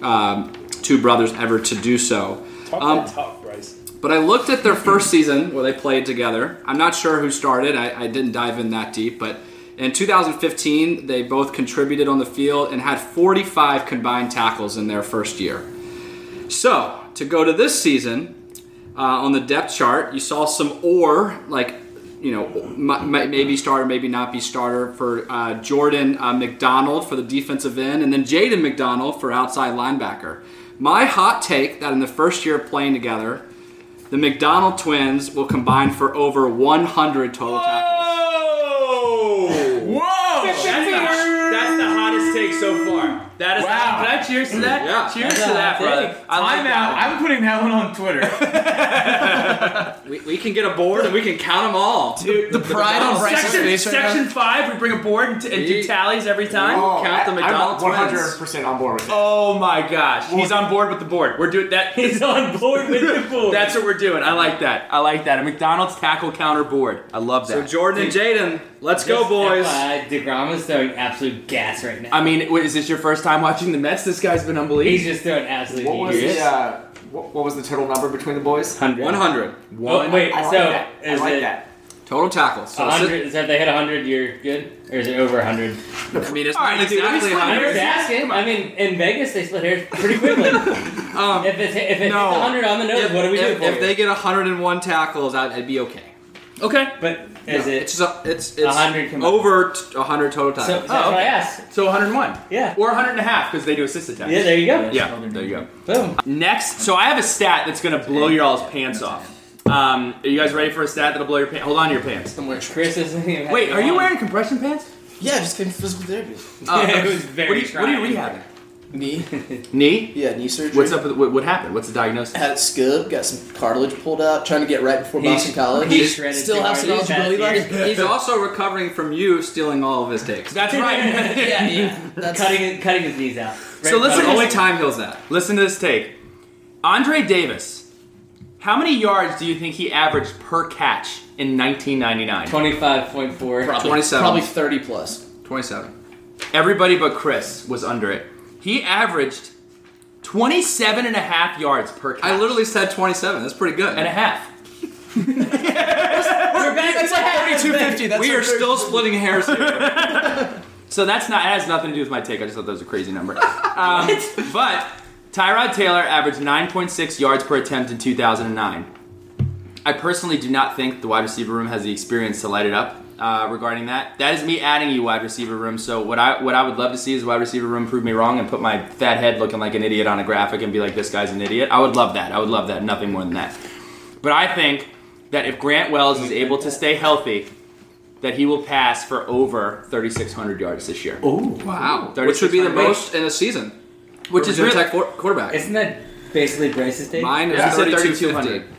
C: um, two brothers ever to do so. Um,
A: Tough, Bryce.
C: but I looked at their first season where they played together. I'm not sure who started. I, I didn't dive in that deep, but in 2015, they both contributed on the field and had 45 combined tackles in their first year. So to go to this season, uh, on the depth chart, you saw some or like you know m- m- maybe starter, maybe not be starter for uh, Jordan uh, McDonald for the defensive end, and then Jaden McDonald for outside linebacker. My hot take that in the first year of playing together, the McDonald twins will combine for over 100 total tackles.
A: Whoa!
E: Whoa!
A: That's the hottest take so far. That is.
E: Wow.
A: Can I cheers to that.
C: Yeah.
A: Cheers to
I: Yeah,
A: that,
I: I
A: brother.
I: think-
A: I'm out. I'm putting that one on Twitter.
C: We, we can get a board and we can count them all.
H: The pride on Bryce's
A: section
H: face right
A: section
H: now.
A: five, we bring a board and, t- and do
C: Ye-
A: tallies every time.
C: count the McDonald
J: I'm 100
C: twins.
J: percent on board with it.
A: Oh my gosh, he's on board with the board. We're doing that.
I: He's on board with the board.
A: That's what we're doing. I like that. I like that. A McDonald's tackle counter board. I love
C: So
A: that.
C: Jordan and Jaden, let's go, boys.
I: Uh, Degrom is throwing absolute gas right now.
A: I mean, wait, is this your first time watching the Mets? This guy's been
I: He's
A: unbelievable.
I: just throwing absolute.
J: What was
I: heat.
J: the uh, what, what was the total number between the boys?
C: 100
I: Oh, wait,
J: I like
I: so
J: that. I
I: is
J: like
I: it
J: that.
C: total tackles. So it's-
I: 100? So if they hit 100, you're good? Or is it over 100?
C: I mean, it's
A: All
C: not
A: right, dude, let me
C: exactly
A: split
I: I'm
C: 100.
I: just asking. I mean, in Vegas, they split hairs pretty quickly.
C: Um,
I: if it's, if it's
C: no.
I: 100 on the nose,
C: if,
I: what do we
C: if,
I: do for
C: if
I: you?
C: they get 101 tackles, I'd, I'd be okay.
A: Okay.
I: but is it.
C: It's just a, it's it's
I: 100 combined.
C: over t- 100 total
I: So,
C: tackles.
I: so that's what I
A: okay.
I: asked.
A: So 101.
I: Yeah.
A: Or 100 and a half because they do assist attacks.
I: Yeah, there you go.
A: Yeah, there you go.
I: Boom.
A: Next, so I have a stat that's gonna blow your all's pants off. Um, are you guys ready for a stat that'll blow your pants? Hold on to your pants.
I: Chris isn't even.
A: Wait, are you wearing compression pants?
H: Yeah, just came from physical therapy.
I: it was very
A: What are you, what are
I: trying.
A: you rehabbing?
H: Knee.
A: Knee?
H: Yeah, knee surgery.
A: What's up? With, what, what happened? What's the diagnosis?
H: Had a scub, got some cartilage pulled out, trying to get right before Boston College.
I: He shredded
H: Still
I: too
H: have
I: hard
H: some
I: these past
H: eligibility
I: years.
H: left.
C: He's also recovering from you stealing all of his takes.
A: That's right.
H: Yeah, yeah. That's
I: Cutting, cutting his knees out.
A: So
I: Right in
A: listen-
I: front of
C: only
I: us.
C: time heals that.
A: Listen to this take. Andre Davis, how many yards do you think he averaged per catch in 1999?
I: 25.4.
H: probably,
C: 27.
H: probably 30 plus.
C: 27.
A: Everybody but Chris was under it. He averaged 27 and a half yards per catch.
C: I literally said 27. That's pretty good.
A: and a half.
I: We're back to what happened then.
H: 3250. That's
C: we
H: our
C: are
H: third-
C: still splitting hairs here.
A: So that's not that has nothing to do with my take. I just thought that was a crazy number. Um, but Tyrod Taylor averaged 9.6 yards per attempt in 2009. I personally do not think the wide receiver room has the experience to light it up uh, regarding that. That is me adding you wide receiver room. So what I what I would love to see is wide receiver room prove me wrong and put my fat head looking like an idiot on a graphic and be like this guy's an idiot. I would love that. I would love that. Nothing more than that. But I think that if Grant Wells is able to stay healthy, that he will pass for over 3,600 yards this year.
C: Wow.
A: 36
C: Which would be the
A: hundred.
C: most in a season.
A: Which is
C: Virginia
A: really-
C: Tech for- quarterback.
I: Isn't that basically Bryce's take?
C: Mine is
A: He said
C: 3250.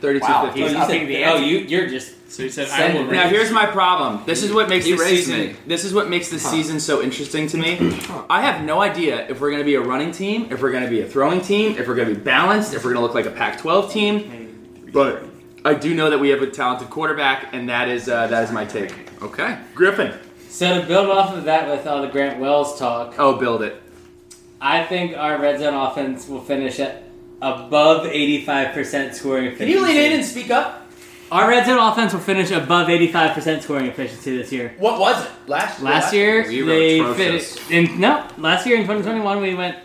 A: 3,200. 3,250.
I: Oh, you
L: upping
I: said-
L: the
I: oh,
L: ante.
I: you, you're just.
L: So he said,
I: Send
L: I will
I: it.
A: Now
L: raise
A: here's my problem. This is what makes
C: He
A: this
C: raised
A: season.
C: me.
A: This is what makes this season so interesting to me. I have no idea if we're going to be a running team, if we're going to be a throwing team, if we're going to be balanced, if we're going to look like a Pac-12 team. But I do know that we have a talented quarterback, and that is uh, that is my take.
C: Okay.
A: Griffin.
I: So to build off of that with all the Grant Wells talk,
A: Oh, build it.
I: I think our red zone offense will finish at above 85% scoring efficiency.
A: speak up?
I: Our red zone offense will finish above 85% scoring efficiency this year.
A: What was it last
I: Last year,
C: We were
I: they
C: atrocious.
I: finished. In, no, last year in 2021, we went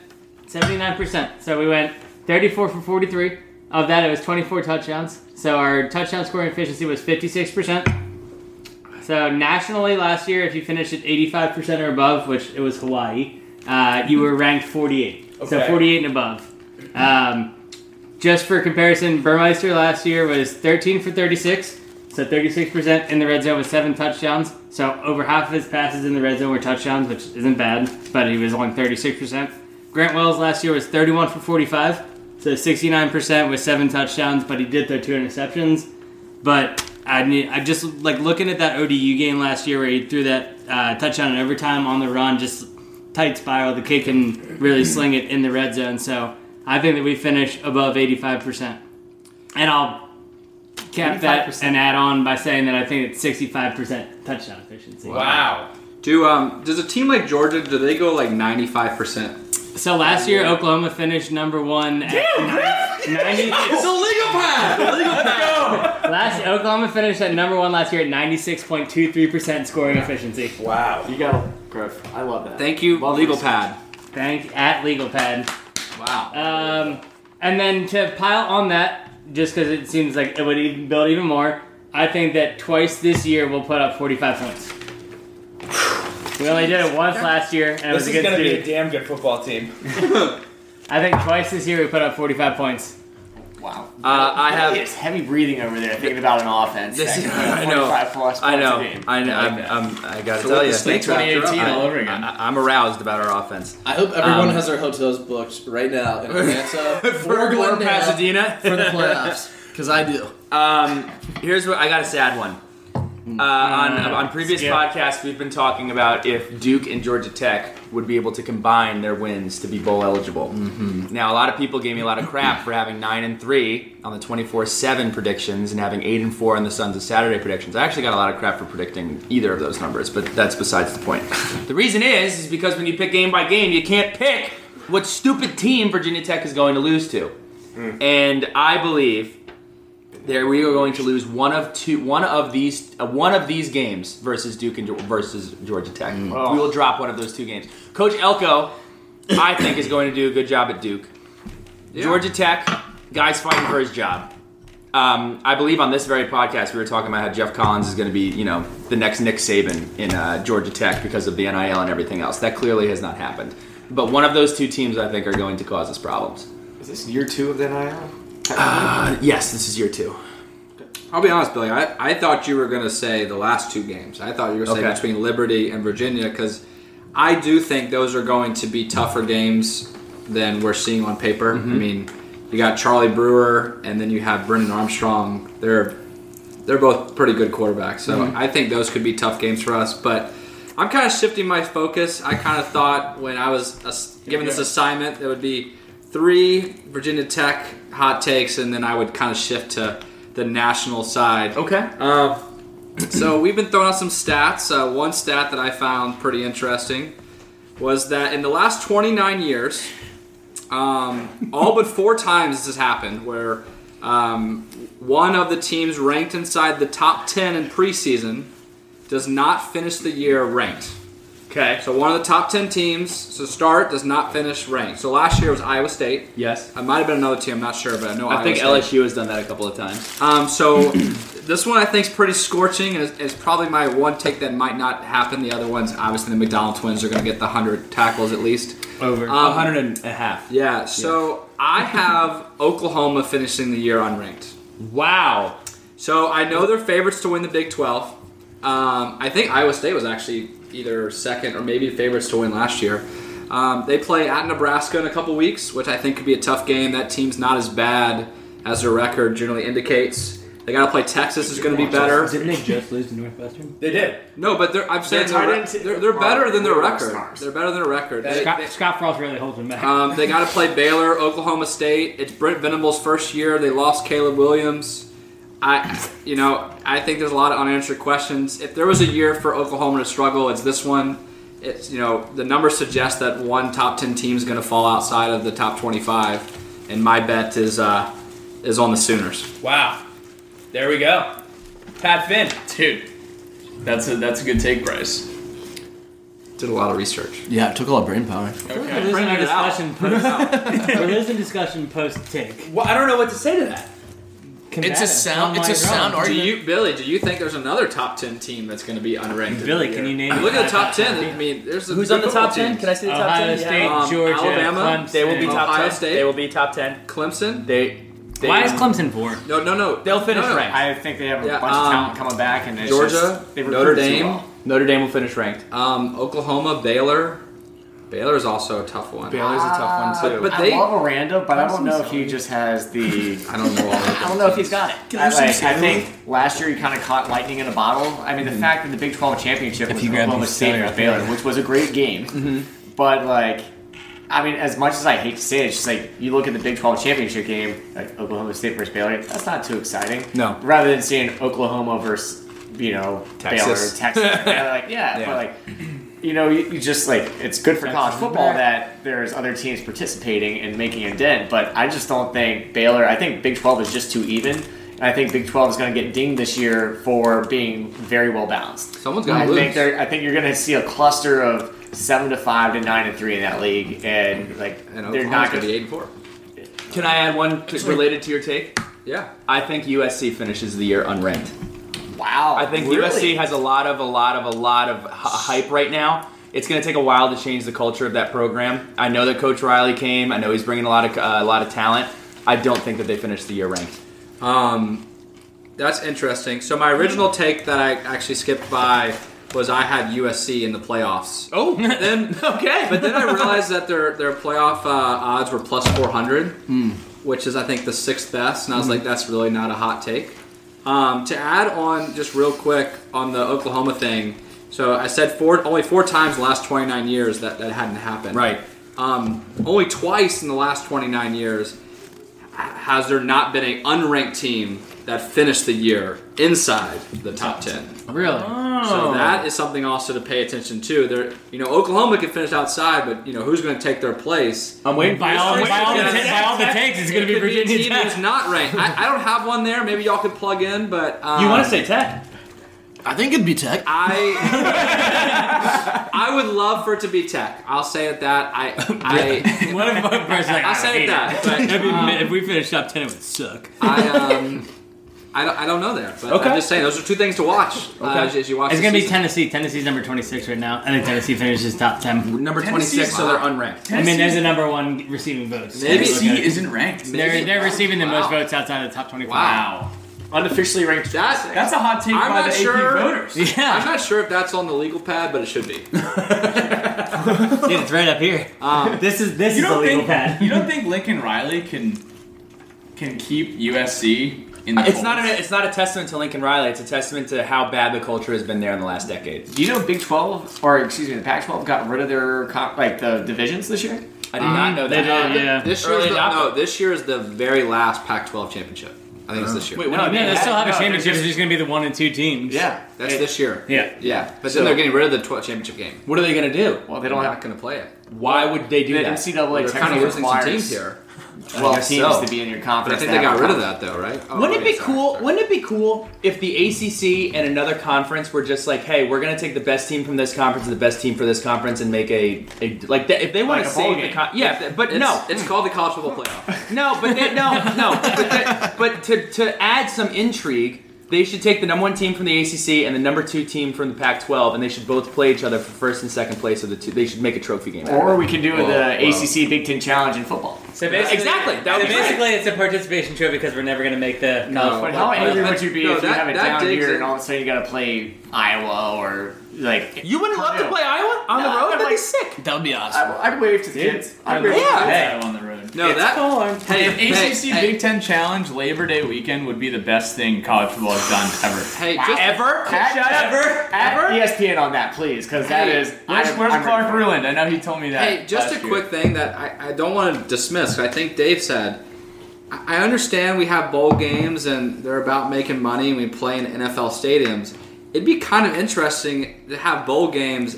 I: 79%. So we went 34 for 43. Of that, it was 24 touchdowns. So our touchdown scoring efficiency was 56%. So nationally, last year, if you finished at 85% or above, which it was Hawaii, uh, you were ranked 48. So
A: Okay.
I: 48 and above. Um, just for comparison, Burmeister last year was 13 for 36. So 36% in the red zone with seven touchdowns. So over half of his passes in the red zone were touchdowns, which isn't bad, but he was only 36%. Grant Wells last year was 31 for 45. So 69% with seven touchdowns, but he did throw two interceptions. But I need, I just like looking at that ODU game last year where he threw that uh, touchdown in overtime on the run, just tight spiral. The kid can really sling it in the red zone. So I think that we finish above 85%. And I'll cap that and add on by saying that I think it's 65% touchdown efficiency.
A: Wow.
C: Do um does a team like Georgia do they go like 95%?
I: So last year, Oklahoma finished number one at nine- 90.
C: It's a legal pad.
I: last Oklahoma finished at number one last year at 96.23% scoring efficiency.
J: Wow. You got a Griff. I love that.
C: Thank you,
J: Love
C: legal
J: research.
C: pad.
I: Thank at legal pad.
C: Wow.
I: Um, and then to pile on that, just because it seems like it would even build even more, I think that twice this year we'll put up 45 points. We only did it once last year, and it was
L: This is
I: against
L: going to be
I: Duke.
L: a damn good football team.
I: I think twice this year we put up 45 points.
J: Wow.
C: Uh, I have-
J: It's heavy breathing over there thinking about an offense.
C: This is,
J: That could
C: I
J: win
C: know.
J: 45 plus
C: I
J: points a
C: know.
J: game.
C: I know.
J: like
C: I'm,
J: that.
C: I'm, I gotta
H: what
C: tell
H: the
C: you,
H: stakes are-
E: 2018 all over again.
C: I, I'm aroused about our offense.
H: I hope everyone
C: Um,
H: has their hotels booked right now in Atlanta
C: For
H: or
C: or
H: Glendale
C: Pasadena.
H: for the playoffs. Because I do.
C: Um, here's what I got a sad one.
A: Uh, on, on previous
E: skip.
A: podcasts, we've been talking about if Duke and Georgia Tech would be able to combine their wins to be bowl eligible. Now, a lot of people gave me a lot of crap for having nine and three on the twenty four seven predictions and having eight and four on the Sons of Saturday predictions. I actually got a lot of crap for predicting either of those numbers, but that's besides the point. the reason is is because when you pick game by game, you can't pick what stupid team Virginia Tech is going to lose to, and I believe there we are going to lose one of two, one of these, uh, one of these games versus Duke and Ge- versus Georgia Tech.
J: Oh.
A: We will drop one of those two games. Coach Elko, I think, is going to do a good job at Duke. Georgia Tech, guys fighting for his job. Um, I believe on this very podcast we were talking about how Jeff Collins is going to be, you know, the next Nick Saban in uh, Georgia Tech because of the NIL and everything else. That clearly has not happened. But one of those two teams, I think, are going to cause us problems.
J: Is this year two of the NIL?
A: Uh, yes, this is year two.
C: I'll be honest, Billy. I, I thought you were going to say the last two games. I thought you were saying
A: Okay.
C: between Liberty and Virginia because I do think those are going to be tougher games than we're seeing on paper. I mean, you got Charlie Brewer and then you have Brendan Armstrong. They're they're both pretty good quarterbacks, so I think those could be tough games for us. But I'm kind of shifting my focus. I kind of thought when I was ass- given this assignment, there would be three Virginia Tech hot takes, and then I would kind of shift to the national side.
A: Okay.
C: Uh, so we've been throwing out some stats. Uh, one stat that I found pretty interesting was that in the last 29 years, um, all but four times this has happened where um, one of the teams ranked inside the top 10 in preseason does not finish the year ranked.
A: Okay.
C: So one of the top 10 teams to start does not finish ranked. So last year was Iowa State.
A: Yes.
C: It might have been another team, I'm not sure, but I know
A: I
C: Iowa
A: think
C: State.
A: LSU has done that a couple of times.
C: Um, so this one I think is pretty scorching, and is, is probably my one take that might not happen. The other ones, obviously, the McDonald twins are going to get the hundred tackles at least.
I: Over.
C: Um,
A: 100 and a half.
C: Yeah. So I have Oklahoma finishing the year unranked.
A: Wow.
C: So I know they're favorites to win the Big Twelve. Um, I think Iowa State was actually either second or maybe favorites to win last year. Um, they play at Nebraska in a couple weeks, which I think could be a tough game. That team's not as bad as their record generally indicates. They got to play Texas, is going to be better.
I: Didn't they just lose to Northwestern?
A: They did.
C: No, but they're, I'm saying
J: tight
C: they're,
J: ends
C: they're, they're better than their
J: are
C: record.
J: stars.
C: They're better than their record. They,
I: Scott,
C: they,
I: Scott Frost really holds them back.
C: um, they got to play Baylor, Oklahoma State. It's Brent Venables' first year. They lost Caleb Williams. I, you know, I think there's a lot of unanswered questions. If there was a year for Oklahoma to struggle, it's this one. It's you know the numbers suggest that one top ten team is going to fall outside of the top 25, and my bet is uh, is on the Sooners.
A: Wow. There we go. Pat Finn.
E: Dude, that's a that's a good take, Bryce.
C: Did a lot of research.
H: Yeah, it took a lot of brain power.
I: We're losing our
C: Print it out.
I: discussion
C: Print it
I: post.
C: out.
I: We're losing discussion post take.
A: Well, I don't know what to say to that.
H: It's a sound. It's a sound
C: Do
H: argument.
C: you, Billy? Do you think there's another top ten team that's going to be unranked?
I: Billy, can you name?
C: Look at the top
I: five
C: ten. I mean, there's a
A: Who's on the top 10? Can I see the top
I: Ohio
A: 10? Yeah.
I: State,
C: Um,
I: Georgia,
C: Alabama,
I: Clemson.
A: They will be top
C: Ohio
A: 10.
C: State?
A: They will be top 10.
C: Clemson?
A: They, they
I: Why is Clemson four?
C: No, no, no.
A: They'll finish
C: no, no.
A: ranked.
J: I think they have a
C: Yeah,
J: bunch of
C: um,
J: talent coming back, and it's
C: Georgia,
J: just, they
C: Notre
J: recruited too
C: Dame,
J: well.
A: Notre Dame will finish ranked.
C: um, Oklahoma, Baylor. Baylor is also a tough one.
A: Baylor's a tough one, too.
C: But
J: I
C: they, I
J: love Orlando, but I don't know if he just has the.
C: don't know all of
J: I
C: them.
J: don't know if he's got it. I,
H: us some
J: like, I
H: salad.
J: think last year he kind of caught lightning in a bottle. I
C: Hmm.
J: mean, the fact that the Big 12 championship was
I: you grab
J: Oklahoma
I: these
J: State
I: celery,
J: with Baylor, which was a great game, but like, I mean, as much as I hate to say it, it's just like you look at the Big 12 championship game, like Oklahoma State versus Baylor. That's not too exciting.
C: No.
J: Rather than seeing Oklahoma versus you know
C: Texas.
J: Baylor, Texas, They're like yeah, but like. You know, you, you just like it's good for college football that there's other teams participating and making a dent, but I just don't think Baylor. I think Big 12 is just too even. And I think Big 12 is going to get dinged this year for being very well balanced.
C: Someone's
J: I
C: gonna
J: think
C: lose.
J: they're. I think you're going to see a cluster of seven to five to nine and three in that league, and like
C: And
J: they're
C: Oklahoma's
J: not
C: going
J: going
C: to be eight and four.
A: Can I add one to, related to your take?
C: Yeah.
A: I think USC finishes the year unranked.
J: Wow,
A: I think
J: really?
A: USC has a lot of a lot of a lot of hy- hype right now. It's going to take a while to change the culture of that program. I know that Coach Riley came. I know he's bringing a lot of uh, a lot of talent. I don't think that they finished the year ranked.
C: Um, that's interesting. So my original take that I actually skipped by was I had USC in the playoffs.
A: Oh,
C: then
A: okay.
C: but then I realized that their their playoff uh, odds were plus four hundred,
A: Hmm.
C: which is I think the sixth best, and I was like, that's really not a hot take. Um, to add on, just real quick on the Oklahoma thing. So I said four only four times in the last twenty nine years that that hadn't happened.
A: Right.
C: Um, only twice in the last twenty nine years has there not been an unranked team that finished the year inside the top 10
I: Really? Oh.
C: so that is something also to pay attention to there you know oklahoma could finish outside but you know who's going to take their place
A: I'm waiting for
I: By all,
A: this.
I: by all the,
C: Yes.
I: by all the takes, it's going
C: It
I: to be
C: could a
I: Virginia
C: team who's
I: Tech.
C: not ranked I, I don't have one there maybe y'all could plug in but um,
I: You want to say Tech?
H: I think it'd be Tech.
C: i i would love for it to be tech i'll say it that i i
I: What if one person like,
C: i'll
I: I Um,
C: say it that but
I: If we, if we finish top 10, it would suck.
C: I um, I don't, I don't know there, but I'm
A: Okay.
C: just saying those are two things to watch uh, as, as you watch.
I: It's
C: the
I: going to be
C: season.
I: Tennessee. Tennessee's number 26 right now. I think Tennessee finishes top 10.
A: Number 26, so they're unranked.
I: I mean, they're the number one receiving votes.
C: Maybe-
E: C isn't ranked.
I: They're, they're receiving the most
C: Wow.
I: votes outside of the top 25.
C: Wow,
J: Unofficially ranked.
C: that
E: That's a hot take
C: I'm
E: by
C: not
E: the
C: sure.
E: AP voters.
C: I'm
I: Yeah.
C: not sure if that's on the legal pad, but it should be.
I: Dude, it's right up here. this is this
E: You
I: is a
E: don't
I: legal
E: think
I: pad.
E: you don't think Lincoln Riley can can keep USC in the
A: It's
E: fold?
A: not, a, it's not a testament to Lincoln Riley. It's a testament to how bad the culture has been there in the last decade.
J: Do you know Big 12 or excuse me, the Pac 12 got rid of their comp, like the divisions this year?
A: I did not know that.
I: Mm, They did, yeah.
C: This year,
A: Early
C: is the,
A: adopter.
C: no, this year is the very last Pac-12 championship. I think it's this year.
A: Wait, what
I: No,
A: do you mean?
I: they still have
A: No,
I: a
A: they're
I: championship. It's just going to be the one and two teams.
J: Yeah.
C: that's this year.
I: Yeah.
C: yeah. But
J: So-
C: then they're getting rid of the 12 championship game.
A: What are they going to do?
J: Well,
C: They
J: they don't
C: don't
J: have
C: not going to play it.
A: Why would they do
J: the
A: that?
J: NCAA
C: They're kind of
J: technically
C: losing some
J: requires
C: teams here.
J: 12
A: guess
J: teams
A: so.
J: to be in your
C: But I
J: conference.
C: think
J: to
C: they got
J: have a
C: rid of
J: conference.
C: that though, right? Oh,
A: Wouldn't it
C: wait,
A: be
C: sorry,
A: cool?
C: sorry.
A: Wouldn't it be cool if the ACC and another conference were just like, "Hey, we're going to take the best team from this conference and the best team for this conference and make a, a like that." If they want
J: Like a
A: to
J: bowl
A: save the
J: game.
A: con- yeah, if they- but
C: It's,
A: no,
C: it's called the college football playoff.
A: no, but they, no, no, but, they, but to to add some intrigue, they should take the number one team from the ACC and the number two team from the Pac-12, and they should both play each other for first and second place of the two. They should make a trophy game. out of
J: Or we can do
C: Whoa,
J: the
C: whoa.
J: ACC Big Ten Challenge in football.
I: So
C: basically- Exactly, that would so be great. basically
I: it's a participation trophy because we're never going to make the
C: No.
J: But how
C: Well,
J: angry
C: that-
J: would you be
C: no,
J: if you
C: that-
J: have a
C: that
J: down
C: digs
J: year
C: in.
J: and all of a sudden you got to play Iowa or like?
A: it. You wouldn't love to
J: Purdue.
A: play Iowa on
J: No,
A: the road?
J: I'm
A: That'd be
J: like-
A: sick.
H: That would be awesome.
J: I, I'd wave to the kids. I'd wave
E: really
J: to the kids.
E: yeah. on the road.
C: No, that hey,
E: If
C: hey,
E: ACC
C: hey,
E: Big Ten Challenge Labor Day weekend would be the best thing college football has done ever.
C: Hey, just,
A: Ever? Ever?
J: At
A: Ever?
J: ESPN on that, please, because that
C: Hey,
J: is.
E: Where's,
J: I'm-
E: where's
J: I'm
E: Clark
J: ready for it.
E: Ruland? I know he told me that.
C: Hey, just a
E: last year.
C: quick thing that I, I don't want to dismiss. 'cause I think Dave said, I, I understand we have bowl games and they're about making money and we play in NFL stadiums. It'd be kind of interesting to have bowl games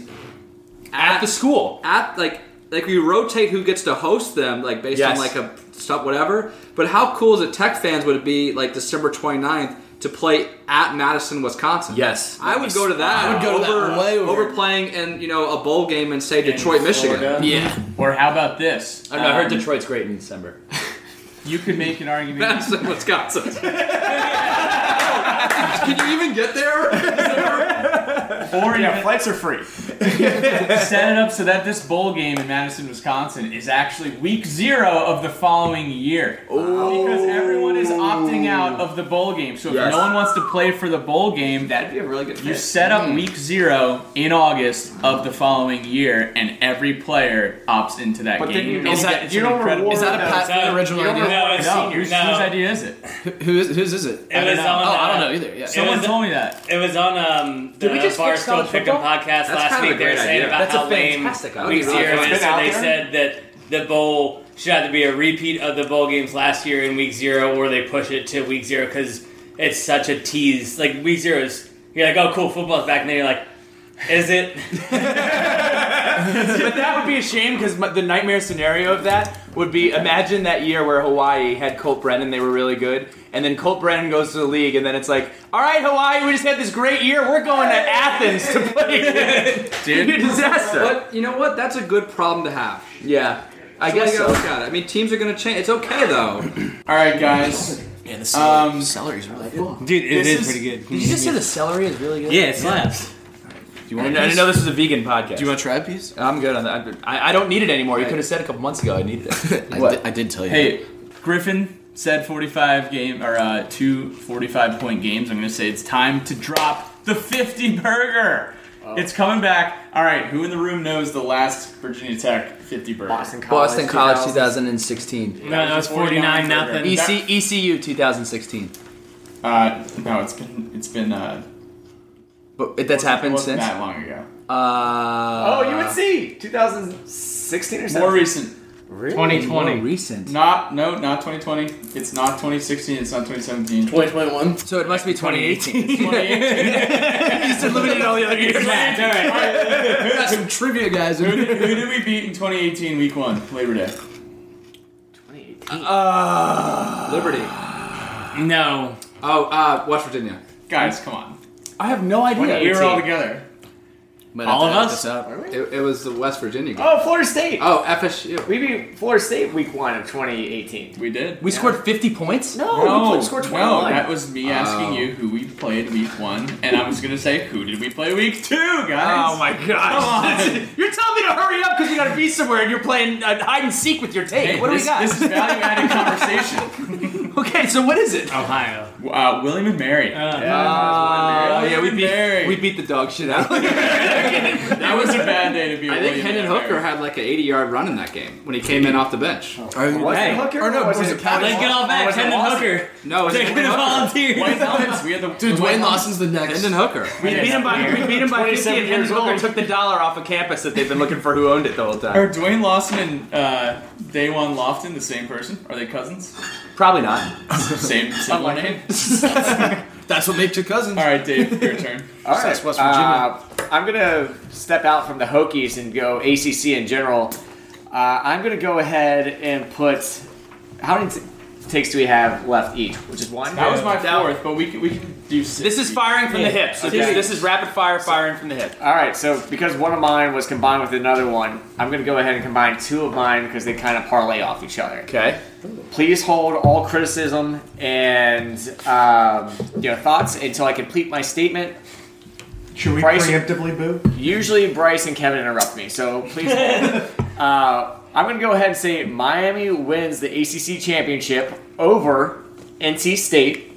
A: At the school.
C: at like like we rotate who gets to host them like based on
A: Yes.
C: like a stuff whatever but how cool as a tech fans would it be like december 29th to play at madison wisconsin
A: Yes.
C: i would go to that
H: I would go to that
C: over,
H: way over.
C: playing in you know a bowl game in say detroit michigan
H: yeah.
E: Or how about this?
A: I don't know. I heard
E: Um,
A: Detroit's great in December.
E: You could make an argument.
C: madison wisconsin can you even get there
E: or
J: Yeah,
E: even
J: flights are free.
E: set it up so that this bowl game in Madison, Wisconsin is actually week zero of the following year. Because everyone is opting out of the bowl game. So if
A: Yes.
E: no one wants to play for the bowl game,
J: That'd be a really good.
E: you
J: fit.
E: set up week zero in August of the following year, and every player opts into that
J: But
E: game.
J: then you
E: And
J: don't
E: get
J: get- you
E: some
J: don't
E: incredible-
J: reward
H: Is that a Pat
I: No,
H: Flynn original idea?
I: No, it's
E: No,
I: senior.
E: whose,
I: No.
E: whose idea is it?
H: Who is, whose is it?
I: It was
E: know.
I: on.
H: Oh, I
I: uh,
H: don't know either. Yeah.
I: It
E: Someone
I: was-
E: told me that.
I: It was on um, the
A: Did we just fix
I: Barstool
A: college
I: Pick'em
A: football?
I: podcast last
C: kind of a
I: week. They were
C: great
I: saying
C: idea.
I: about
A: That's a
I: how lame
A: fantastic idea.
I: week
C: It's
I: zero
J: been
I: is. So
J: out
I: they
J: there.
I: said that the bowl should either be a repeat of the bowl games last year in week zero, or they push it to week zero because it's such a tease. Like week zero is, you're like, oh, cool, football's back, and then you're like, is it?
A: but that would be a shame because the nightmare scenario of that would be imagine that year where Hawaii had Colt Brennan, they were really good, and then Colt Brennan goes to the league, and then it's like, all right, Hawaii, we just had this great year, we're going to Athens to play. again." It'd be a disaster.
C: but you know what that's a good problem to have
A: Yeah, I
C: That's
A: guess
C: what you
A: so.
C: gotta look at it. i mean teams are gonna change it's okay though
E: All right, guys.
H: Man, the celery,
E: Um,
H: celery's really good.
I: Dude, it
E: This
I: is
E: is-
I: pretty good.
H: Did you just say the celery is really good?
I: Yeah, it slaps.
H: Do you
A: I
H: want?
A: didn't know this was a vegan podcast.
H: Do you want to try a piece?
A: I'm good on that. I, I don't need it anymore. You could have said a couple months ago I needed it.
H: I,
E: What?
H: Did, I did tell you.
E: Hey, Griffin said 45 game or uh, two 45 point games. I'm gonna say it's time to drop the 50 burger. It's coming back. All right, who in the room knows the last Virginia Tech 50 burger?
J: Boston College.
K: Boston College
J: 2000.
K: 2016.
I: No, that was 49
E: burger.
I: nothing.
K: EC, ECU 2016.
E: Uh, no, it's been it's been uh,
K: But it- that's happened
E: wasn't
K: since.
E: that long ago.
K: Uh,
J: Oh, you would see 2016 or
E: More
J: something.
E: recent.
I: 2020.
K: more recent.
E: Not no, not 2020. It's not 2016. It's not 2017.
H: 2021.
K: So it must be 2018.
E: 2018.
H: Eliminated all the other years.
E: All right, all right.
H: Got some trivia guys.
E: Who
H: in.
E: did, who did we beat in 2018 week one, Labor Day?
C: Liberty.
I: No.
C: Oh, uh, West Virginia.
E: Guys, come on.
C: I have no idea.
E: We were all together.
H: Might have
I: All
H: to
I: of
H: edit
I: us?
H: this out.
C: It, it was the West Virginia game.
J: Oh, Florida State.
C: Oh, FSU.
J: We beat Florida State week one of 2018.
E: We did.
K: We scored 50 points?
J: No, we put- scored 21.
E: No, that was me asking
C: Oh.
E: you who we played week one, and I was gonna say who did we play week two, guys.
K: Oh my gosh. you're telling me to hurry up because we got to be somewhere and you're playing uh, hide and seek with your tape.
E: Hey,
K: what do
E: this,
K: we got?
E: This is value-added conversation.
K: okay, so what is it?
I: Ohio.
E: Uh, William and Mary.
K: Oh, yeah, we
E: William and Mary.
K: beat, we beat the dog shit out of
E: that was a bad day to be.
C: I think Hendon Hooker had like an 80 yard run in that game when he came in off the bench.
K: Oh.
H: Are you-
J: Was
I: Hey.
J: it Hooker?
H: Or no,
J: or was
H: was
J: it
H: it
J: College?
I: Let's get all back.
J: Was it
I: Hendon
J: Lawson?
I: Hooker.
C: No, it was
I: Taking the volunteers.
E: White Helmets. We had the
H: Dude,
E: the White
H: Dwayne Lawson's the next.
C: Hendon Hooker.
K: We beat him by, we beat him by 50 and
J: 27
K: Hendon
J: years
K: Hooker
J: old.
K: took the dollar off of campus that they've been looking for who owned it the whole time.
E: Are Dwayne Lawson and uh, Daywan Lofton the same person? Are they cousins?
K: Probably not.
E: Same, similar name.
H: That's what makes your cousins.
E: All right, Dave, your turn.
J: All right.
H: That's West Virginia.
J: Uh, I'm going to step out from the Hokies and go ACC in general. Uh, I'm going to go ahead and put how many t- takes do we have left each? Which is one.
E: That was my fourth, but we can, we can do six.
K: This is firing from the hip. So this,
J: Okay.
K: this is rapid fire firing from the hip.
J: All right, so because one of mine was combined with another one, I'm going to go ahead and combine two of mine because they kind of parlay off each other.
K: Okay.
J: Please hold all criticism and um, you know thoughts until I complete my statement.
M: Should we
J: Price-
M: preemptively boo?
J: Usually Bryce and Kevin interrupt me, so please hold. uh, I'm going to go ahead and say Miami wins the ACC championship over NC State,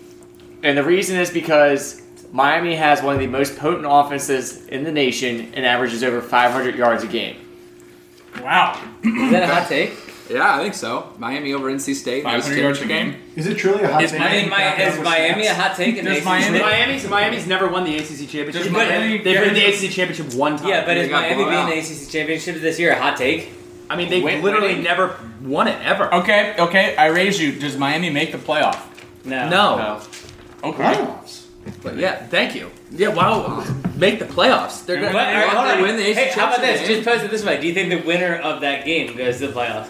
J: and the reason is because Miami has one of the most potent offenses in the nation and averages over 500 yards a game.
E: wow.
C: Is that a hot take? Yeah, I think so. Miami over NC State. That was
E: 500 yards a
C: terrific.
E: game.
M: Is it truly a hot
I: Is
M: take?
I: Miami-
M: Back down
I: is
M: with
I: Miami
M: stats?
I: a hot take in
E: Does
I: the
E: Miami-
I: ACC?
K: Miami's Miami's never won the ACC championship.
E: Does Miami
K: They've
E: get
K: won the
E: into-
K: ACC championship one time.
I: Yeah, but
C: They
I: is
C: got
I: Miami
C: blown
I: being in
C: out.
I: the ACC championship this year a hot take?
K: I mean they
E: Win-
K: literally
E: winning-
K: never won it ever.
E: Okay, okay, I raise you. Does Miami make the playoff?
I: No.
K: No.
E: Okay.
K: But yeah, thank you. Yeah, wow. Make the playoffs. They're
I: But,
K: gonna.
I: all right,
C: They
I: hold on.
C: win the ACC
I: hey, how about this?
C: championship
I: Just pose it this way. Do you think the winner of that game goes to the playoffs?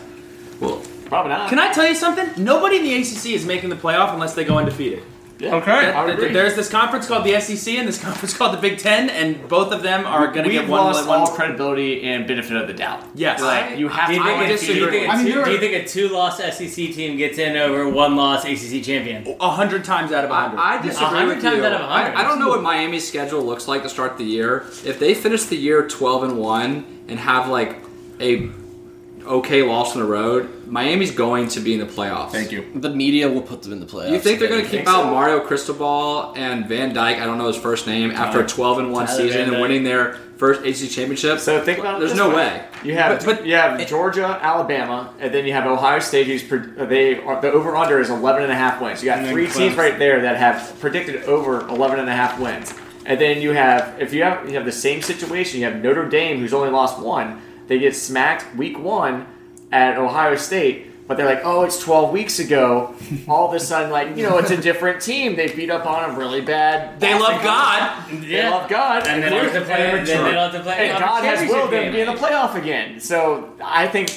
J: Probably not.
K: Can I tell you something? Nobody in the ACC is making the playoff unless they go undefeated.
E: Okay.
K: That- th- There's this conference called the SEC and this conference called the Big Ten, and both of them are going to
J: We've
K: get one.
J: lost
K: one
J: all credibility and benefit of the doubt.
K: yes.
J: Like, you have to
I: Do you
J: go
I: think,
J: with
I: a, do, you
J: the-
I: think a
M: I mean,
I: two,
M: you're-
I: do you think a two-loss SEC team gets in over one-loss ACC champion?
J: Oh,
K: A hundred times out of a hundred.
C: I, I disagree
I: 100
C: with
I: times
C: you.
I: out of 100.
C: I, I don't know what Miami's schedule looks like to start the year. If they finish the year 12 and 1 and have like a okay loss on the road, Miami's going to be in the playoffs.
E: Thank you.
H: The media will put them in the playoffs.
C: You think they're going to
H: They
C: keep out Mario Cristobal and Van Dyke? I don't know his first name. After a 12 and 1
I: Tyler Van
C: season
I: Dyke.
C: and winning their first ACC championship,
J: So think about it
C: there's
J: this
C: no
J: way.
C: way.
J: You have
C: But- but-
J: you have Georgia, Alabama, and then you have Ohio State. Who's pre- uh, they are, the over under is 11 and a half wins. You got
I: then
J: three teams
I: Clemson.
J: right there that have predicted over 11 and a half wins. And then you have if you have you have the same situation. You have Notre Dame who's only lost one. They get smacked week one at Ohio State. But they're like, oh, it's 12 weeks ago. All of a sudden, like, you know, it's a different team. They beat up on a really bad.
K: they love God.
J: They love God.
I: And then they don't have to play. Then they don't have to play.
J: And
I: another
J: God has
I: championship
J: willed them to
I: game.
J: be in the playoff again. So I think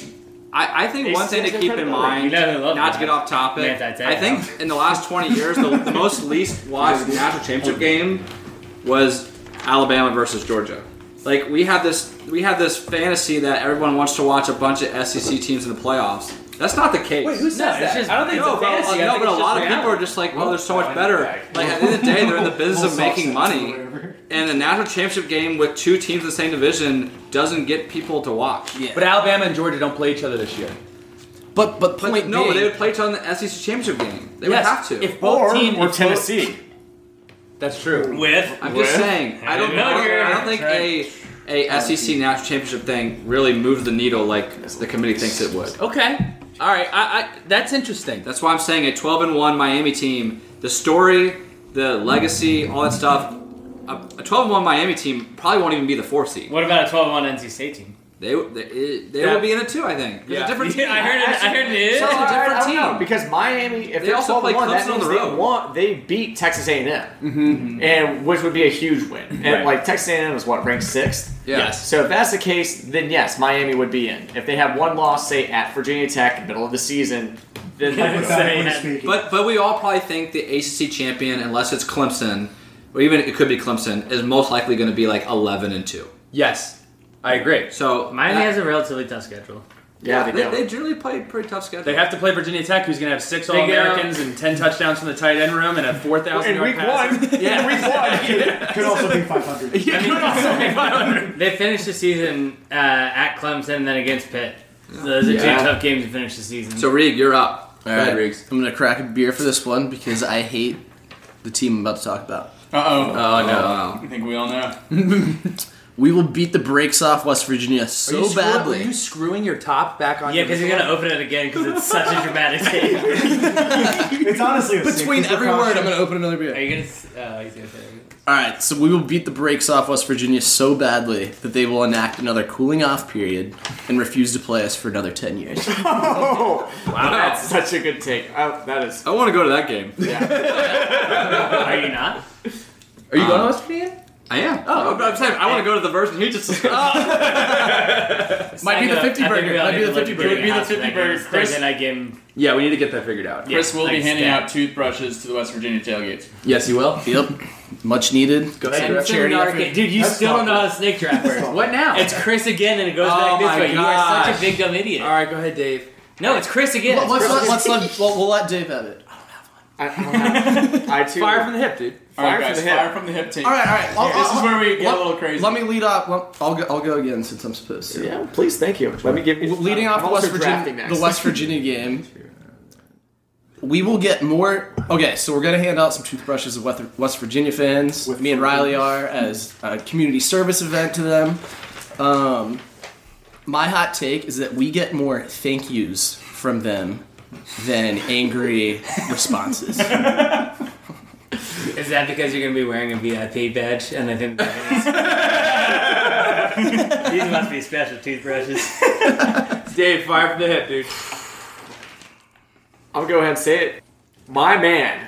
C: I, I think
J: It's
C: one thing to
J: just
C: keep in
J: incredible.
C: mind,
I: You know who loved
C: not to
I: that.
C: get off topic,
I: Man, that's it.
C: I think in the last 20 years, the, the most least watched national championship game was Alabama versus Georgia. Like we have this, we have this fantasy that everyone wants to watch a bunch of SEC teams in the playoffs. That's not the case.
I: No, it's just, I don't think
C: no, but, no, but a lot of people are just like, well, they're so much better. Like at the end of the day, they're in the business of making money, and a national championship game with two teams in the same division doesn't get people to watch.
K: But Alabama and Georgia don't play each other this year.
H: But but
C: But
H: point
C: no,
H: being,
C: they would play each other in the SEC championship game. They
A: Yes,
C: would have to.
A: If both
J: Or,
A: teams,
J: or Tennessee.
A: that's true.
I: With
C: I'm just saying, I don't know. I don't think a a SEC national championship thing really moved the needle like the committee thinks it would.
A: Okay, all right. I, I that's interesting.
C: That's why I'm saying a 12 and one Miami team. The story, the legacy, all that stuff. A, a 12 and one Miami team probably won't even be the four seed.
I: What about a 12-1 NC State team?
C: They they, it- they will be in it too. I think. It's a different team.
I: I heard it. I heard it is.
C: It's a
J: I-
C: different
J: I don't know,
C: team.
J: because Miami, if
C: They
J: they are
C: also
J: also
C: play
J: one, that
C: Clemson on
J: means
C: the road.
J: they want they beat Texas A and M, and which would be a huge win. And
A: Mm-hmm. Right.
J: like Texas A and M is what ranked sixth.
C: Yes.
J: So if that's the case, then yes, Miami would be in. If they have one loss, say at Virginia Tech, middle of the season, then they would say
M: Hypothetically speaking.
C: But but we all probably think the ACC champion, unless it's Clemson, or even it could be Clemson, is most likely going to be like 11 and two.
A: Yes, I agree.
C: So
I: Miami
C: that-
I: has a relatively tough schedule.
J: yeah, they,
C: they,
J: do.
C: they generally play pretty tough schedule.
A: They have to play Virginia Tech, who's going to have six
I: They
A: All
I: get out-
A: Americans and ten touchdowns from the tight end room and a four thousand
J: in
A: yard
J: week
A: pass.
J: one, in week one,
M: Could also be 500.
A: I mean,
I: They finished the season uh, at Clemson and then against Pitt. So those are
H: Yeah.
I: two tough games to finish the season.
C: So Reed, you're up. Go
H: All
C: ahead,
H: right,
C: Riggs.
H: I'm gonna crack a beer for this one because I hate the team I'm about to talk about.
E: Uh
C: Oh no!
E: I think we all know.
H: We will beat the brakes off West Virginia so
A: screw-
H: badly.
A: Are you screwing your top back on?
I: yeah,
A: your-
I: because you're gonna open it again because it's such a dramatic thing.
M: It's honestly a
H: Between
M: safety
H: every word, I'm
M: precaution.
H: gonna open another beer.
I: Are you gonna? s-
A: uh,
I: Oh, he's gonna say. it.
H: All right, so we will beat the brakes off West Virginia so badly that they will enact another cooling off period and refuse to play us for another 10 years.
J: wow, that's such a good take. Oh, that is.
C: I want to go to that game.
I: Are you not?
A: Are you going to
H: Uh,
A: West Virginia?
C: I am. Oh, but I'm saying I want to go to the version he just.
H: Might be the
I: I
H: 50
I: know. I think
H: burger.
I: we all
H: Might be
I: need
H: the
I: to look
H: 50 burger.
I: at doing
H: It would be the
I: house for
H: 50
I: that game.
H: burger.
I: It's
H: Chris-
I: Thursday night game.
A: Yeah, we need to get that figured out.
E: Chris will be
I: like
E: handing
I: stat.
E: out toothbrushes to the West Virginia tailgates.
A: Yes, you will.
H: Yep. Much needed. Go
A: ahead, Chris.
H: Charity
I: Dark-
H: effort.
I: Dude, you
M: That's
I: still don't
M: thoughtful.
I: know how the snake trap works.
A: What now?
I: It's Chris again, and it goes
C: Oh
I: back
C: my
I: this way. You are such
C: gosh.
I: a big dumb idiot.
A: all right. Go ahead, Dave.
I: No, it's Chris again.
H: Let-
I: It's
H: Let's
I: Chris
H: let,
I: again.
H: let's let, we'll, we'll let Dave have it.
J: I, I, don't have- I too.
A: Fire from the hip, dude.
E: All right,
J: Fire from
E: guys,
J: the hip.
E: fire from the hip team.
H: All right, all right. I'll-
E: This
H: I'll-
E: is where we get
H: let-
E: a little crazy.
H: Let me lead off. well, I'll go, I'll go again since I'm supposed to.
J: Yeah, please, thank you. Let me give you.
H: Leading off
J: I'm
H: the
J: also
H: West
J: drafting
H: Virginia,
J: next.
H: the West Virginia game, we will get more. Okay, so we're gonna hand out some toothbrushes of Weth- West Virginia fans. With me and Riley are as a community service event to them. Um, my hot take is that we get more thank yous from them than angry responses.
I: Is that because you're gonna be wearing a VIP badge and I think these must be special toothbrushes?
A: Dave, fire from the hip, dude.
J: I'll go ahead and say it. My man,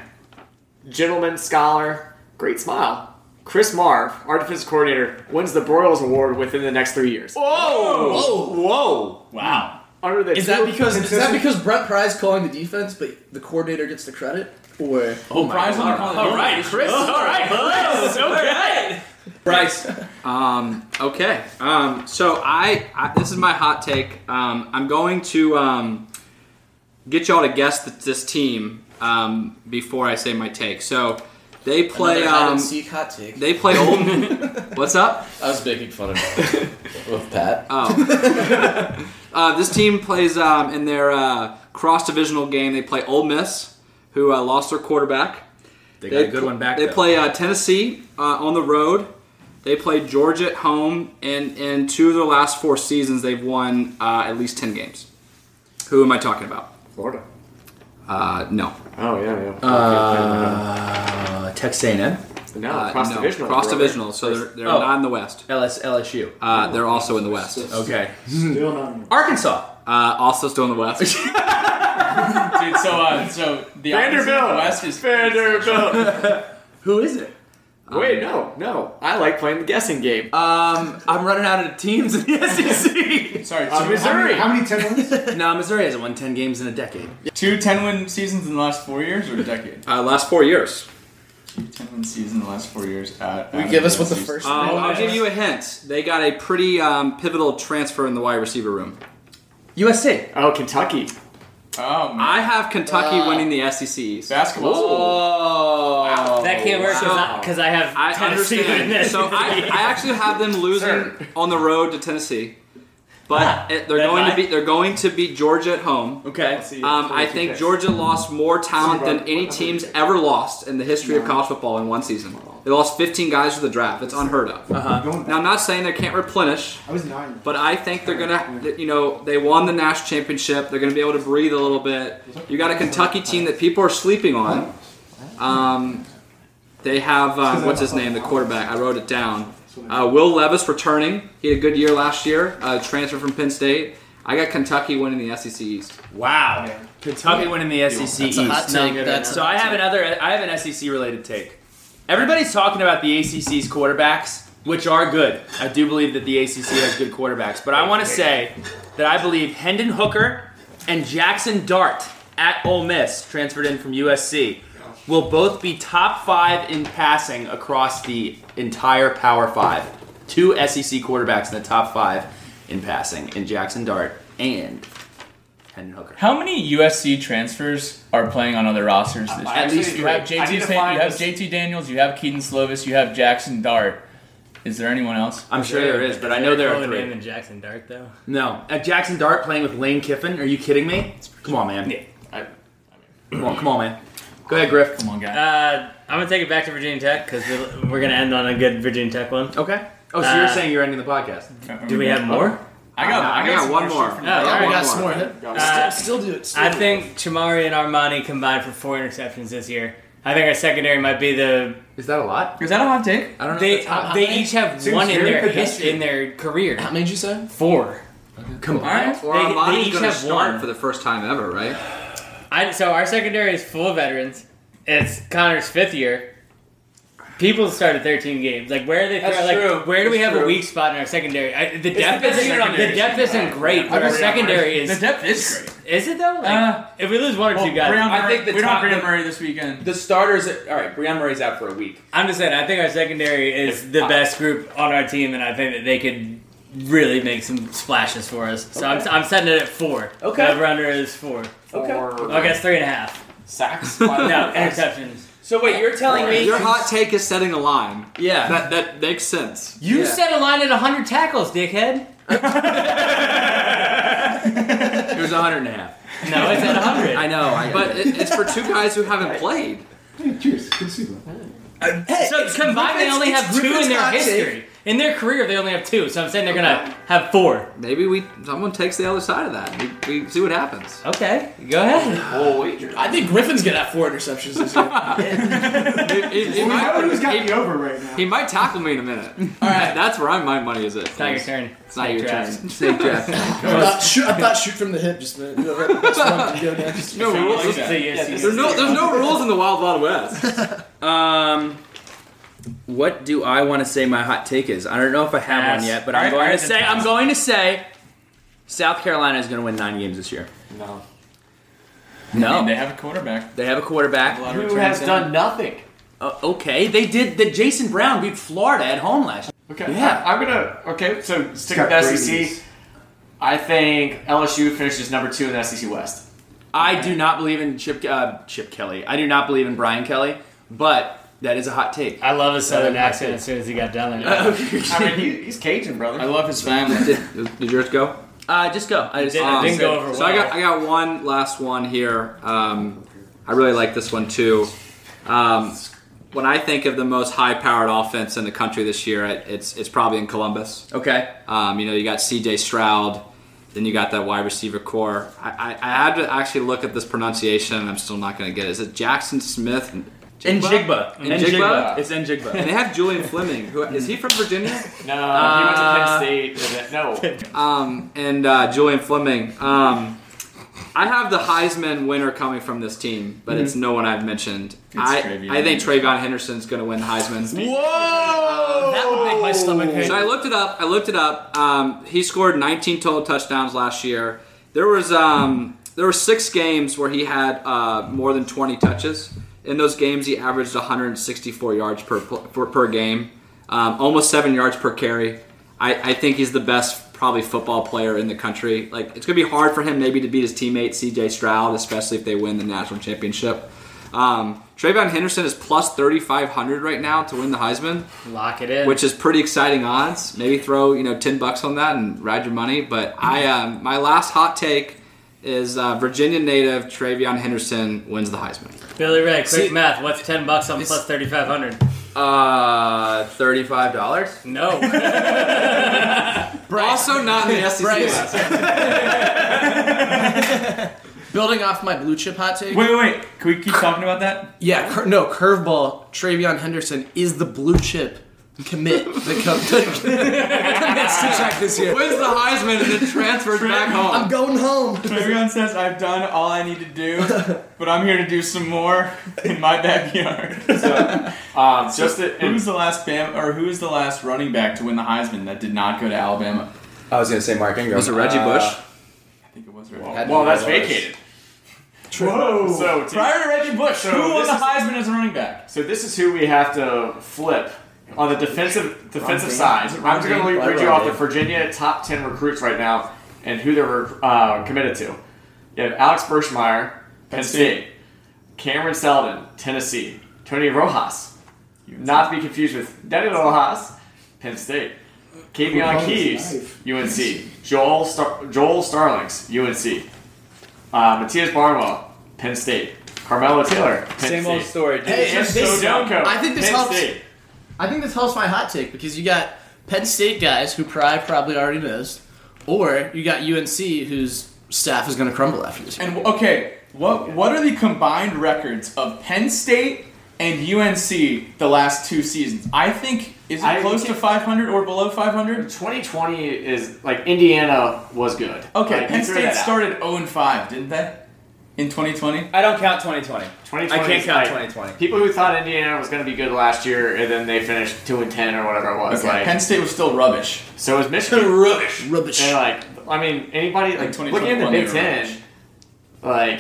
J: gentleman, scholar, great smile. Chris Marv, our defensive coordinator, wins the Broyles Award within the next three years.
E: Wow.
J: Under the
H: Is that because is that
M: Consistent-
H: because Brett Pry's calling the defense, but the coordinator gets the credit? Or
E: Oh Prize on the
A: All right, Chris. All right, Chris. Okay. Bryce.
C: um. Okay. Um. So I, I. This is my hot take. Um. I'm going to um. Get y'all to guess th- this team um before I say my take. So they play
H: Another hide and
C: um.
H: seek hot take.
C: They play Old. What's up?
H: I was making fun of of Pat.
C: Oh. uh, this team plays um, in their uh, cross divisional game. They play Ole Miss, who uh, lost their quarterback.
A: They
C: They pl- They play uh, Tennessee uh, on the road. They play Georgia at home, and in two of their last four seasons, they've won uh, at least ten games. Who am I talking about?
J: Florida?
C: Uh, no,
J: Oh yeah, yeah.
A: Uh, Texas A&M.
J: no,
M: Oh,
C: uh,
J: cross
C: no.
J: divisional.
C: Cross divisional. So they're, they're
A: Oh.
C: not in the West.
A: LS, LSU.
C: Uh, they're also in the West. Uh,
A: Okay.
M: Still not in
A: Arkansas.
C: also still in the West.
E: Dude, so uh, so the opposite of the
J: Vanderbilt.
E: West is
J: Vanderbilt.
A: Who is it?
J: Wait, no, no. I like playing the guessing game.
C: Uh,
A: Um, I'm running out of teams in the
C: E
A: SEC.
E: Sorry, two,
J: Uh, Missouri.
M: How many 10 wins?
A: now Missouri hasn't won ten games in a decade.
E: two 10 win seasons in the last four years or a decade?
C: Uh, last four years.
E: Two 10 win seasons in the last four years. At,
H: We
E: at
H: give us what the
E: Missouri.
H: first.
C: Um, I'll give you a hint. They got a pretty um, pivotal transfer in the wide receiver room.
A: USC.
J: oh, Kentucky.
E: Oh, man.
C: I have Kentucky
I: Uh,
H: Wow.
C: winning the SEC East.
E: basketball.
A: Oh.
I: That can't work
C: So-
I: because I, have
C: I
I: Tennessee in
C: understand.
I: this.
C: So I, I actually have them losing on the road to Tennessee.
N: Ah.
C: But it, they're
E: Red
C: going to
E: eye.
C: be they're going to beat Georgia at home.
E: Okay.
C: Um, I think Georgia lost more talent than any teams ever lost in the history of college football in one season. They lost 15 guys to the draft. It's unheard of.
N: Going
C: Now,
N: back.
C: I'm not saying they can't replenish,
N: I was nine.
C: but I think they're gonna, that, you know, they won the Nash championship. They're gonna be able to breathe a little bit. You got a Kentucky team that people are sleeping on. Um, they have uh, what's his name, the quarterback. I wrote it down. Uh, Will Levis returning. He had a good year last year. Uh, transfer from Penn State. I got Kentucky winning the SEC East.
A: Wow. Kentucky winning the
K: E
A: SEC
H: That's a hot
A: East.
H: take. That's
A: So I have another. I have an SEC related take. Everybody's talking about the ACC's quarterbacks, which are good. I do believe that the ACC has good quarterbacks, but I want to say that I believe Hendon Hooker and Jackson Dart at Ole Miss, transferred in from USC, will both be top five in passing across the entire Power Five. Two SEC quarterbacks in the top five in passing in Jackson Dart and Hendon Hooker.
E: How many USC transfers are playing on other rosters this year?
J: I
E: At
J: actually
E: least you
J: agree.
E: have
J: I
E: JT.
J: need to
E: Stan-
J: find
E: you have
J: this-
E: JT Daniels. You have Keaton Slovis. You have Jackson Dart. Is there anyone else?
A: I'm sure there is, but I know there are
I: Calling him
A: three.
I: and Jackson Dart though.
A: No, at Jackson Dart playing with Lane Kiffin. Are you kidding me? Come on, man.
J: I,
A: Come on, come on, man. Go ahead, Griff.
E: Come on, guy.
I: Uh, I'm gonna take it back to Virginia Tech because we're gonna end on a good Virginia Tech one.
A: Okay. Oh, so you're
I: Uh,
A: saying you're ending the podcast?
I: Do we have more?
E: I got. I got, some
C: one
E: shit
C: more.
E: from-
I: Uh-huh. Oh,
H: I
I: all right.
H: got some more. Hit-
J: got
I: Uh,
H: still, still do it. Still
I: I
H: do it.
I: think Chamari and Armani combined for four interceptions this year. I think our secondary might be the
A: Is that a lot?
E: Is that a hot take?
A: I don't know.
I: they
H: hot.
I: they each have
N: Seems
I: one in
N: very
I: their his,
N: pedestrian.
I: in their career.
H: How many did you say?
I: Four.
A: combined.
C: Or
I: They- they
C: Armani's
I: each
C: gonna
I: have
C: start
I: one.
C: for the first time ever, right?
I: I, so our secondary is full of veterans. It's Connor's fifth year. People started 13 games. Like where are they?
A: That's
I: like
A: true.
I: where do we
A: That's
I: have a
A: true.
I: weak spot in our secondary? I, the depth
E: the best
I: isn't
E: secondary.
I: the depth isn't great, but our secondary
E: The
I: is.
E: depth is great.
I: Is it though? Like,
E: Uh,
I: if we lose one or two guys,
E: Breon
A: I
E: Murray-
A: think the
E: we don't
A: top-
E: have Brian Murray this weekend.
A: The starters. All right, Brian Murray's out for a week.
I: I'm just saying. I think our secondary is the best group on our team, and I think that they could really make some splashes for us. So I'm, I'm setting it at four.
A: Okay.
I: Over under is four. Oh,
J: Four
I: I guess three and a half.
J: sacks.
I: No interceptions.
A: So wait, you're telling me?
C: Your hot take is setting a line.
A: yeah.
C: That that makes sense.
I: You
A: Yeah.
I: set a line at 100 tackles, dickhead.
A: it was 100 and a half.
I: No, it's at 100.
A: I know. I
C: But it, it's for two guys who haven't played.
N: Hey, cheers. Good to see you. bro.
I: So combined, they only have two in their history. In their career, they only have two. So I'm saying they're gonna have four.
C: Maybe we someone takes the other side of that. We, we see what happens.
I: Okay, go ahead.
H: I think Griffin's gonna have four interceptions this year.
C: He, he- he
N: We know who's got
C: might,
N: me
C: he-
N: over right now.
C: he might tackle me in a minute. All right, that's where I, my money is at.
I: It's not your turn.
C: It's not your
I: Draft.
C: turn. Snake draft.
H: I thought shoot, I thought shoot from the hip. Just minute. That's one to go next.
C: No rules.
I: So yes, yes.
C: There's no there's no rules in the Wild Wild West.
A: Um, what do I want to say my hot take is? I don't know if I have
I: Pass.
A: one yet, but
E: All
A: I'm
E: right,
A: going
E: all
A: to
E: right,
A: say
E: then
A: I'm going to say South Carolina is going to win nine games this year.
J: No.
E: And
A: No,
E: they have a quarterback.
A: they have a quarterback.
E: lot of
J: Who
E: returns
J: has
E: in.
J: done nothing?
A: Uh, okay, they did. The Jason Brown beat Florida at home last. year.
J: Okay.
A: Yeah.
J: I, am gonna. Okay. So stick
N: Got
J: with the SEC.
N: Brady's.
J: I think LSU finishes number two in the SEC West.
A: I do not believe in Chip uh, Chip Kelly. I do not believe in Brian Kelly, but that is a hot take.
I: I love his southern accent as soon as he got down
J: Uh,
I: there.
J: I mean, he, he's Cajun, brother.
E: I love his family.
C: Did, did yours go?
A: Uh, just go. I just
I: Didn't-
A: um,
I: didn't go over
C: So I got
I: well.
C: I got one last one here. Um, I really like this one too. Um, when I think of the most high-powered offense in the country this year, it, it's it's probably in Columbus.
A: Okay.
C: Um, you know, you got C.J. Stroud, then you got that wide receiver core. I, I, I had to actually look at this pronunciation, and I'm still not going to get it. Is it Jackson Smith?
A: Njigba.
C: Njigba?
A: It's Njigba.
C: And they have Julian Fleming. Who is he from Virginia?
J: no, he went
A: Uh,
J: to Penn State. and- No.
C: Um, and uh, Julian Fleming. Um, I have the Heisman winner coming from this team, but it's no one I've mentioned. I,
E: Travion
C: I think Trayvon Henderson's going to win the Heisman.
H: That would make my stomach hurt.
C: So I looked it up. I looked it up. Um, he scored 19 total touchdowns last year. There was um, there were six games where he had uh, more than 20 touches. In those games, he averaged 164 yards per pl- per, per game, um, almost seven yards per carry. I, I think he's the best probably football player in the country. Like it's gonna be hard for him maybe to beat his teammate C.J. Stroud, especially if they win the national championship. Um, Trayvon Henderson is plus 3,500 right now to win the Heisman,
I: Lock it in.
C: which is pretty exciting odds. Maybe throw you know 10 bucks on that and ride your money. But I um, my last hot take is uh, Virginia native Travion Henderson wins the Heisman.
I: Billy Ray, quick
C: See-
I: math. What's ten bucks on plus thirty five hundred?
C: Uh, thirty-five dollars.
I: No.
C: Also not in the
H: E
C: SEC.
H: Bryce. Building off my blue chip hot take.
E: Wait, wait, wait. Can we keep talking about that?
H: Yeah, cur- no curveball. Travion Henderson is the blue chip commit that comes commits to check this year.
C: Wins the Heisman and then transfers back home.
H: I'm going home.
E: Everyone says I've done all I need to do, but I'm here to do some more in my backyard. So, um, just that, who's the last Bam or who's the last running back to win the Heisman that did not go to Alabama?
K: I was gonna say Mark Ingram.
C: Was it Reggie Bush?
E: I think it was Reggie.
J: Well, that's vacated.
E: Whoa!
J: So, to-
E: Prior to Reggie Bush,
J: So
E: who won
J: this
E: the
J: is-
E: Heisman as a running back?
J: So this is who we have to flip on the defensive defensive side. I'm just going to read you off the Virginia top ten recruits right now and who they're uh, committed to. You have Alex Burschmeyer, Penn State. Cameron Seldon, Tennessee. Tony Rojas, not to be confused with Daniel Rojas, Penn State. Kavion
M: Rojas'
J: Keys,
M: life.
J: UNC. Joel Star- Joel Starlings, UNC. Uh, Matthias Barnwell, Penn State. Carmelo Taylor, Penn State.
E: Same old story, dude.
H: Hey,
J: Jeff
H: this-
J: Stodenko,
H: I think this
J: Penn
H: helps.
J: State.
H: I think this helps my hot take because you got Penn State guys who Pry probably already knows, or you got UNC whose staff is going to crumble after this year.
E: And okay, what what are the combined records of Penn State and UNC the last two seasons? I think is it
J: I-
E: close to 500 or below 500?
J: 2020 is like Indiana was good.
E: Okay,
J: Like,
E: Penn
J: you threw
E: State
J: that out.
E: started 0 and 5, didn't they? In 2020?
A: I don't count 2020.
J: 2020
A: I can't
J: is
A: count
J: like-
A: 2020.
J: People who thought Indiana was going to be good last year and then they finished two and ten or whatever it was.
E: Okay,
J: Like
E: Penn State was still rubbish.
J: so is Michigan.
E: Rubbish.
H: Rubbish.
J: And like I mean anybody like
E: Like 2021
J: looking at the
E: they
J: Big
E: were
J: Ten,
E: rubbish.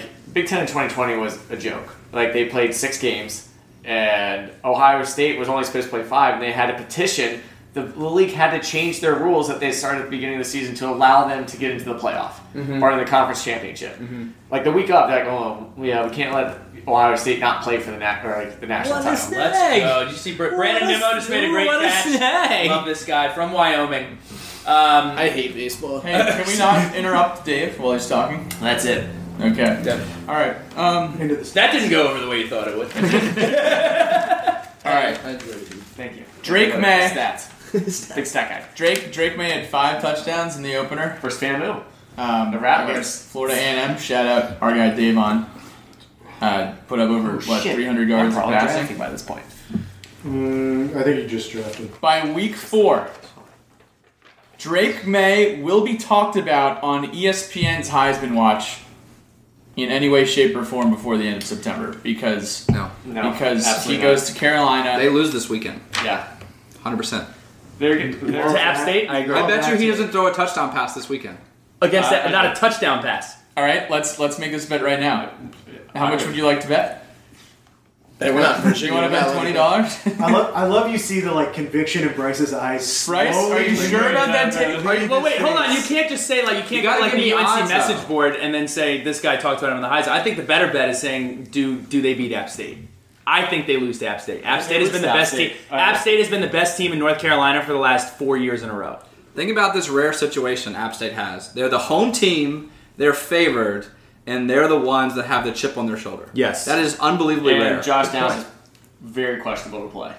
J: like Big Ten in 2020 was a joke. Like they played six games and Ohio State was only supposed to play five and they had a petition. The league had to change their rules that they started at the beginning of the season to allow them to get into the playoff
E: Mm-hmm.
J: or in the conference championship. Like the week up, they're like, oh, yeah, we can't let Ohio State not play for the na- or like the national title.
A: Let's go. Did you see Br- Brandon
I: a-
A: Nimmo just made a great
I: what a
A: catch? Love this guy from Wyoming. Um,
H: I hate baseball.
E: Hey, can we not interrupt Dave while he's talking?
A: That's it.
E: Okay.
A: Yeah.
E: All right. Um,
M: Into this.
A: That didn't go over the way you thought it would.
E: all right.
J: Thank you.
E: Drake May.
J: Stats. Big stat guy.
E: Drake Drake May had five touchdowns in the opener.
J: First fan of
E: Um,
J: The Rattlers.
E: against Florida A&M. Shout out our guy Davon. Uh, put up over what
J: Oh, shit.
E: 300 yards
J: I'm
E: of
J: probably
E: passing
J: drafting by this point.
M: Mm, I think you just drafted.
E: by week four. Drake May will be talked about on E ESPN's Heisman Watch in any way, shape, or form before the end of September because
C: No,
J: No,
E: because he
J: absolutely
E: goes to Carolina.
C: they lose this weekend,
J: not. Yeah.
C: hundred percent.
J: They're, they're to App State.
K: I agree.
C: I bet you he doesn't throw a touchdown pass this weekend.
A: Against that, not a touchdown pass.
E: All right, let's let's make this bet right now. How much would you like to bet?
H: Hey, we're not.
E: Do you want to bet twenty dollars?
M: I love, I love you see the like conviction in Bryce's eyes.
E: Bryce,
M: slowly
E: are you
M: lingering
E: sure about that?
M: down
E: take?
M: there.
A: Well, wait, hold on. You can't just say like you can't
C: You
A: go
C: gotta
A: like
C: give
A: in the
C: me
A: UNC
C: odds,
A: message
C: though.
A: board and then say this guy talked about him on the highs. I think the better bet is saying do do they beat App State? I think they lose to App State. App State has
J: lose
A: been the
J: to App
A: best
J: State.
A: team.
J: All right.
A: App State has been the best team in North Carolina for the last four years in a row.
C: Think about this rare situation App State has. They're the home team, they're favored, and they're the ones that have the chip on their shoulder.
A: Yes.
C: That is unbelievably rare.
J: And Josh Downs is very questionable to play.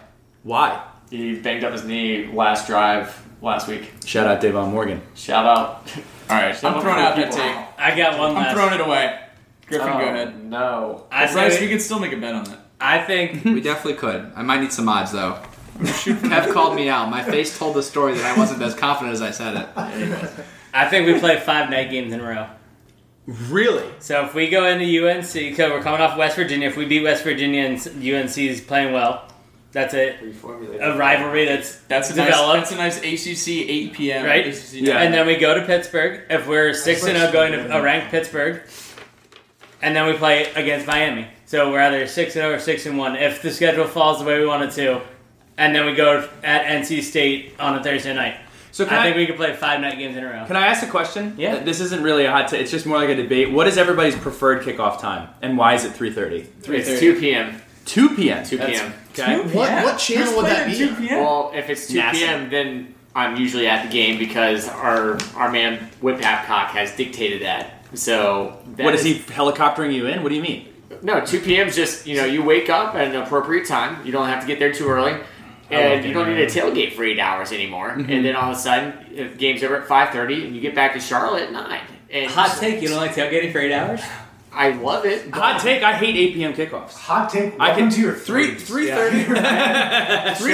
A: Why?
J: He banged up his knee last drive last week.
A: Shout out Davon Morgan.
J: Shout out.
E: All right, I'm throwing out that take.
I: I got one
E: I'm
I: last.
E: throwing it away. Griffin,
J: Oh,
E: go ahead.
J: No.
I: I,
E: Bryce, we
I: say,
E: can still make a bet on that.
I: I think
C: we definitely could. I might need some odds though. Kev called me out. My face told the story that I wasn't as confident as I said it.
I: I think we play five night games in a row.
A: Really?
I: So if we go into UNC, because we're coming off West Virginia, if we beat West Virginia and UNC is playing well, that's a, a rivalry that's
E: That's a
I: Develop.
E: nice. That's a nice ACC 8 p.m.
I: Right?
E: ACC
A: Yeah.
I: And then we go to Pittsburgh. If we're six and zero going to a ranked Pittsburgh, and then we play against Miami. So we're either six and zero or six and one. If the schedule falls the way we want it to, and then we go at NC State on a Thursday night.
A: So can
I: I
A: I,
I: think we could play five night games in a row.
A: can I ask a question? Uh,
I: Yeah.
A: This isn't really a hot take. It's just more like a debate. What is everybody's preferred kickoff time, and why is it 3:30?
J: It's 2 p.m.
A: 2 p.m.
J: 2 p.m.
A: Okay.
H: What what channel would that be? on?
J: Well, if it's 2
I: NASA.
J: p.m., then I'm usually at the game because our our man Whip Apcock has dictated that. So that
A: What is he helicoptering you in? What do you mean?
J: No, 2 p.m. is just you know you wake up at an appropriate time. You don't have to get there too early, and you don't need a tailgate for eight hours anymore.
I: Mm-hmm.
J: And then all of a sudden, if game's over at 5:30, and you get back to Charlotte at nine. And
I: Hot take, you don't like tailgating for eight hours?
J: I love it. but-
A: Hot take. I hate 8 p.m. kickoffs.
M: Hot take.
A: I
M: Welcome
A: can-
M: to your
H: Three
M: thirties.
H: three thirty. Three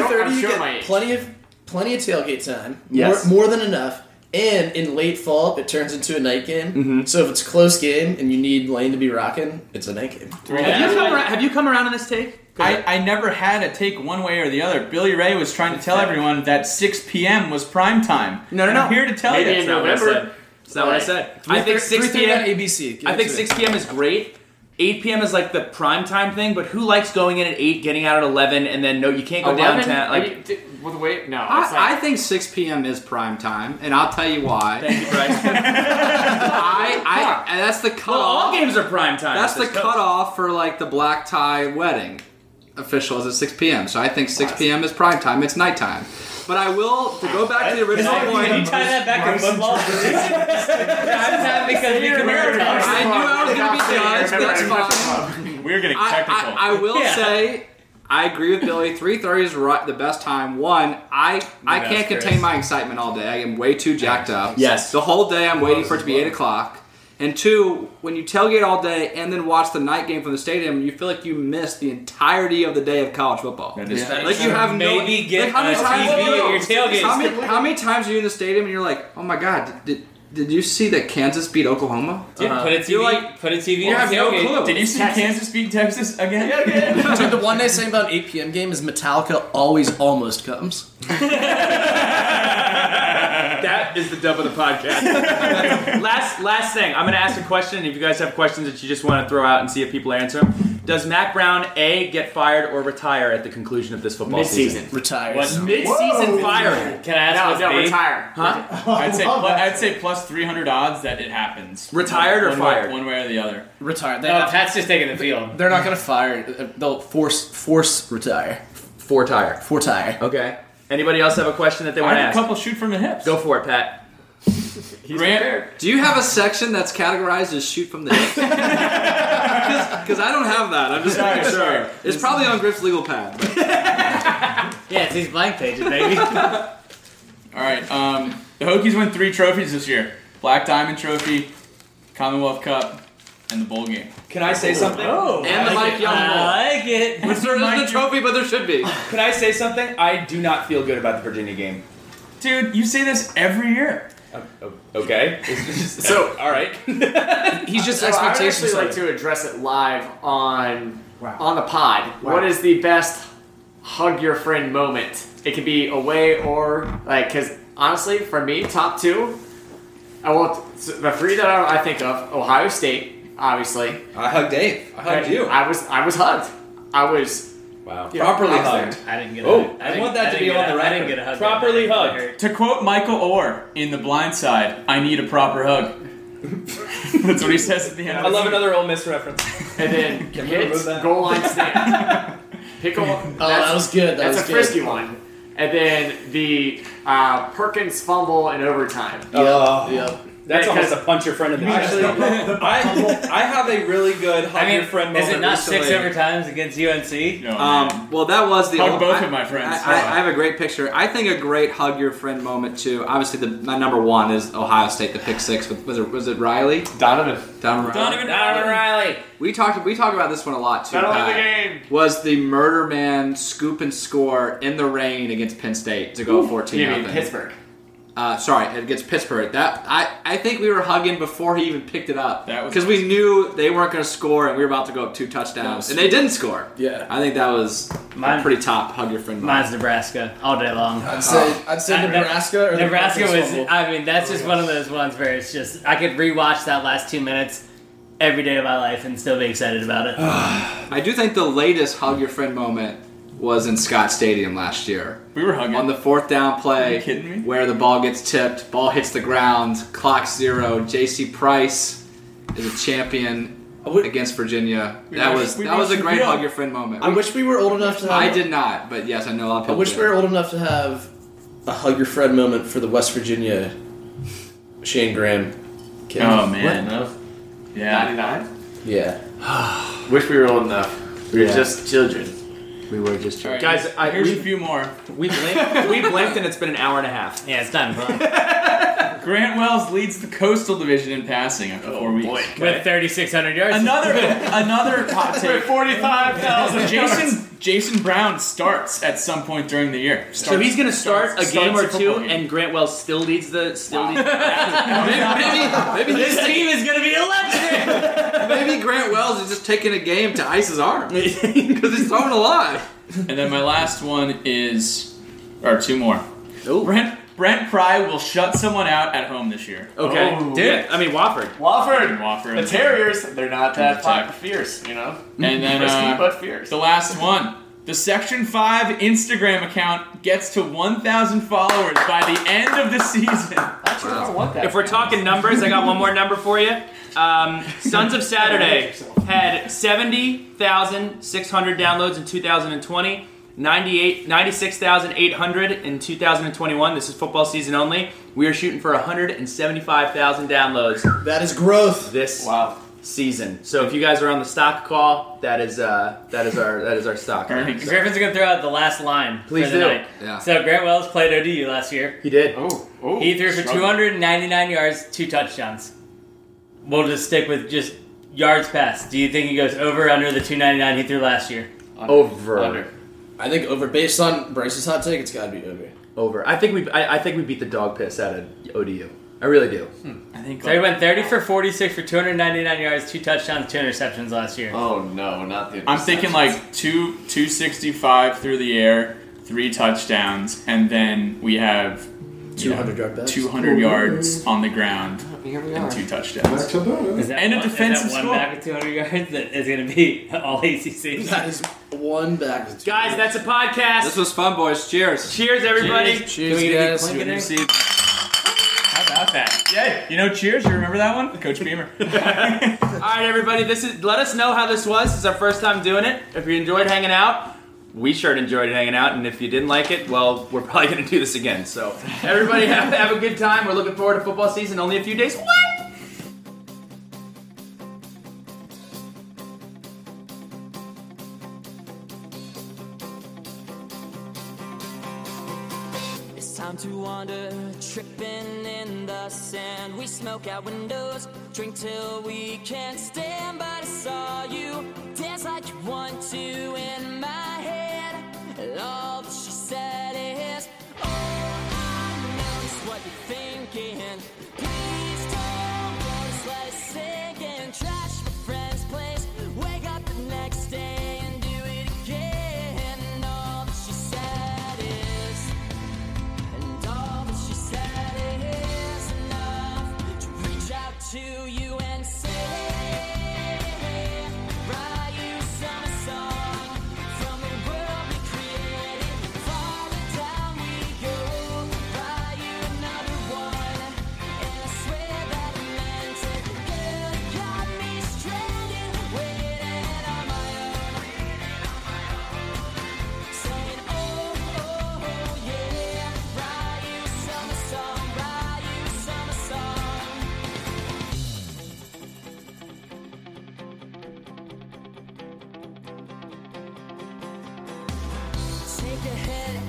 J: I'm
H: thirty. You
J: sure my
H: get
J: age.
H: plenty of plenty of tailgate time.
A: Yes.
H: More, more than enough. And in late fall, it turns into a night game.
O: Mm-hmm.
H: So if it's a close game and you need Lane to be rocking, it's a night game.
A: Have, you come around, have you come around on this take?
E: I, I never had a take one way or the other. Billy Ray was trying to tell everyone that 6 p.m. was prime time.
A: No, no,
E: And
A: no.
E: I'm here to tell
J: Maybe
E: you.
J: in
A: not what I
J: November.
A: said. It's not what I said. I think 6
H: 3:30 on
A: p.m.
H: ABC. Give
A: I
H: it
A: think
H: to me.
A: 6 p.m. is great. 8 p.m. is like the prime time thing, but who likes going in at 8, getting out at 11, and then no, you can't go
J: 11?
A: downtown?
J: Are
A: Like,
J: you- d- well, the way no, it's
C: I, I
J: like,
C: think 6 p.m. is prime time, and I'll tell you why.
A: thank you, Bryce.
C: I, I, and that's the cutoff.
A: well, all games are prime time.
C: that's
A: at
C: the
A: this coast.
C: cutoff for like the black tie wedding. Official is at 6 p.m. So I think 6 p.m. is prime time. It's nighttime. But I will to go back to the original
M: Can
C: point.
M: you tie that back to
I: football? because we can
C: I knew I was going to be judged.
J: Remember,
C: That's
J: remember.
C: fine.
E: We're getting
C: I, I, I will
I: Yeah.
C: say, I agree with Billy. Three thirty is right, the best time. One, I I
I: best,
C: can't contain
I: Chris.
C: my excitement all day. I am way too jacked up.
A: Yes.
C: the whole day I'm waiting for it to be eight o'clock. And two, when you tailgate all day and then watch the night game from the stadium, you feel like you missed the entirety of the day of college football. Like you have no.
I: Maybe get
C: like how many
I: a
C: times
I: TV
C: no, no,
I: at your tailgate.
C: How many, how many times are you in the stadium and you're like, oh my god, did, did, did you see that Kansas beat Oklahoma?
I: Dude, put
A: Uh,
I: a TV.
C: You're like-
I: put a TV.
C: You
I: in
C: have
I: the
C: no
I: tailgate.
C: clue.
E: Did you see Kansas beat Texas again?
H: Dude, the one nice thing about an 8 p.m. game is Metallica always almost comes.
A: That is the dub of the podcast. last last thing, I'm going to ask a question. If you guys have questions that you just want to throw out and see if people answer them, does Mac Brown A get fired or retire at the conclusion of this football
J: Mid-season.
H: Retires.
A: Mid-season firing.
I: Can I ask
J: no,
I: what's
J: no,
I: big?
J: retire.
E: I'd say
M: love
E: pl-
M: that.
E: I'd say plus 300 odds that it happens.
A: Retired or
E: one
A: fired?
E: Way, one way or the other.
H: Retire. They
I: No,
H: have,
I: Pat's just taking the field.
H: they're not gonna fire. They'll force force retire.
A: Four tire.
H: For tire.
A: Okay. Anybody else have a question that they
E: I
A: want to
E: have a
A: ask?
E: couple shoot from the hips.
A: Go for it, Pat.
E: Grant,
C: Do you have a section that's categorized as shoot from the hip? Because I don't have that. I'm just
E: Sorry,
C: making
E: sorry.
C: sure. It's probably on Griff's legal pad. but-
I: Yeah, it's these blank pages, baby.
E: All right. Um, the Hokies won three trophies this year: Black Diamond Trophy, Commonwealth Cup, and the bowl game.
A: Can I say something?
I: oh,
C: And the Mike Young Bowl.
I: I like it.
C: Which there isn't a trophy, but there should be.
A: Can I say something? I do not feel good about the Virginia game. Oh,
E: Dude, you say this every year.
A: Okay. so, all right.
H: He's just
J: So I would
H: expectations.
J: actually like
H: setting.
J: to address it live on
M: Wow.
J: on the pod.
M: Wow.
J: What is the best hug your friend moment? It could be away or like because honestly, for me, top two, I will so the three that I, I think of Ohio State, obviously.
O: I hugged Dave. I hugged you.
J: I was I was hugged. I was
A: Wow.
O: Properly
J: I was
O: hugged.
J: there.
I: I didn't get.
O: Oh,
I: a, I
O: I
I: didn't-
O: want that
I: I
O: to
I: didn't
O: be
I: get
O: on
I: a-
O: the
I: I
O: record.
I: didn't get a hug.
A: Properly
I: I
A: hugged.
I: hurt.
E: To quote Michael Orr in The Blind Side, "I need a proper hug." That's what he says at the end.
A: I love another Ole Miss reference.
J: And then
O: we remove
J: hits
O: that?
J: goal line stand. Pickle. Oh,
H: Oh, that was good. That
J: That's
H: was
J: a
H: good.
J: frisky one. And then the uh, Perkins fumble in overtime.
O: Oh.
H: Yep.
A: That's
J: Yeah, 'cause-
A: almost a punch your friend in the face.
O: Actually, I, I have a really good hug
I: I mean,
O: your friend
I: is
O: moment
I: it not
O: recently.
I: six overtimes against UNC?
E: No, man.
C: Um, well, that was the.
E: Hug
C: old-
E: both
C: I-
E: of my friends.
C: I, I- I have a great picture. I think a great hug your friend moment too. Obviously, the my number one is Ohio State, the pick six. With, was it was it Riley?
J: Donovan.
C: Donovan. Riley.
I: Donovan Riley.
C: We talked we talk about this one a lot too.
J: Battle of
H: Uh,
J: the
C: Pat.
J: game.
C: was the murder man scoop and score in the rain against Penn State to go 14
J: You mean
C: nothing.
J: Pittsburgh?
C: Uh, sorry, against Pittsburgh. That I, I think we were hugging before he even picked it up
E: That was-
C: because we knew they weren't going to score and we were about to go up two touchdowns and they didn't score.
H: Yeah.
C: I think that was
I: Mine-
C: a pretty top hug your friend. moment.
I: Mine's Nebraska all day long.
H: I'd say I'd say
I: I-
H: Nebraska or the
I: Nebraska
H: Broncos
I: was.
H: fumble.
I: I mean, that's just one of those ones where it's just I could rewatch that last two minutes every day of my life and still be excited about it.
C: I do think the latest hug your friend moment was in Scott Stadium last year.
E: We were hugging.
C: On
A: Um,
C: the fourth down play,
E: Are you kidding me?
C: where the ball gets tipped, ball hits the ground, clock zero. J.C. Price is a champion against Virginia. that
E: watched-
C: was
E: we
C: that was a
E: watched the
C: great
E: field.
C: hug your friend moment.
H: I wish we were old enough to. Have,
C: I did not, but yes, I know a lot of
H: I
C: people.
H: wish
C: did.
H: we were old enough to have a hug your friend moment for the West Virginia Shane Graham. Kid.
E: Oh man. Yeah.
J: 99?
H: What? Yeah.
J: Wish we were old enough. We were
H: Yeah.
J: just children.
H: We were just.
E: All right,
A: Guys, I,
E: Here's
A: we,
E: a few more.
A: we, blinked, we blinked and it's been an hour and a half.
I: Yeah, it's time.
E: Grant Wells leads the Coastal Division in passing after
A: Oh,
E: four weeks.
I: With 3,600 yards.
E: Another another hot take.
J: 45,000.
E: Jason Jason Brown starts at some point during the year.
A: So he's gonna start a
E: Starts-
A: game or
E: starts the
A: two,
E: football game.
A: and Grant Wells still leads the still leads.
C: maybe, maybe,
I: this team is going to be electric.
C: maybe Grant Wells is just taking a game to Ice's arm because he's throwing a lot.
E: And then my last one is, or two more.
C: Ooh.
E: Brent Brent Pry will shut someone out at home this year.
A: Okay,
J: Oh.
A: dude. I mean Wofford.
J: Wofford.
E: Wofford.
J: The Terriers, they're not that
E: Attack.
J: fucking fierce, you know?
E: And then
J: Frisky
E: uh,
J: but fierce.
E: the last one. The Section 5 Instagram account gets to 1,000 followers by the end of the season.
J: Actually, I don't want that.
A: If we're talking numbers, I got one more number for you. Um, Sons of Saturday had 70,600 downloads in 2020, 98 96,800 in 2021. This is football season only. We are shooting for 175,000 downloads
H: That is growth.
A: this
J: wow.
A: season. So if you guys are on the stock call, that is uh, that is our that is our stock.
I: Griffin's going to throw out the last line
A: Please
I: for the
A: do.
I: night.
C: Yeah.
I: So Grant Wells played ODU last year.
A: He did.
J: Oh, oh.
I: He threw for
J: struggle.
I: 299 yards, two touchdowns. We'll just stick with just yards passed. Do you think he goes over or under the 299 he threw last year?
A: Over.
J: Under.
H: I think over based on Bryce's hot take, it's got to be over.
A: Over. I think we I, I think we beat the dog piss out of ODU. I really do.
E: I think
I: So he went 30 for 46 for 299 yards, two touchdowns, two interceptions last year.
J: Oh, no, not the
E: I'm thinking like two 265 through the air, three touchdowns, and then we have
H: Two hundred yard best.
E: 200 yards on the ground and two touchdowns.
I: Is that
E: And a
I: one,
E: defensive
I: is that
E: score.
I: one back with 200 yards that is going to be all ACC.
H: That is one back.
A: Guys, that's a podcast.
C: This was fun, boys. Cheers.
A: Cheers, everybody.
H: Cheers,
I: Can we get a
H: guys.
I: clink in there?
E: See- How about that? Yeah. You know, cheers. You remember that one? Coach Beamer.
A: All right, everybody. This is. Let us know how this was. This is our first time doing it. If you enjoyed hanging out, we sure enjoyed hanging out. And if you didn't like it, well, we're probably going to do this again. So, everybody, have, have a good time. We're looking forward to football season. Only a few days. What?
P: It's time to wander, tripping in the sand. We smoke out windows, drink till we can't stand. But I saw you dance like you want to in my head. And all that she said is, Oh, I know it's what you're thinking. Please don't let us let it sink in. Trash my friend's place. Wake up the next day and do it again. And all that she said is. And all that she said is enough to reach out to you and say, write you some song from the world we created. Farther down we go, write you another one. And I swear that I meant it. Girl, you got me stranded, waiting on my own. Saying, oh, oh, oh, yeah, write you some song, write you some song. Take a head "Oh, oh,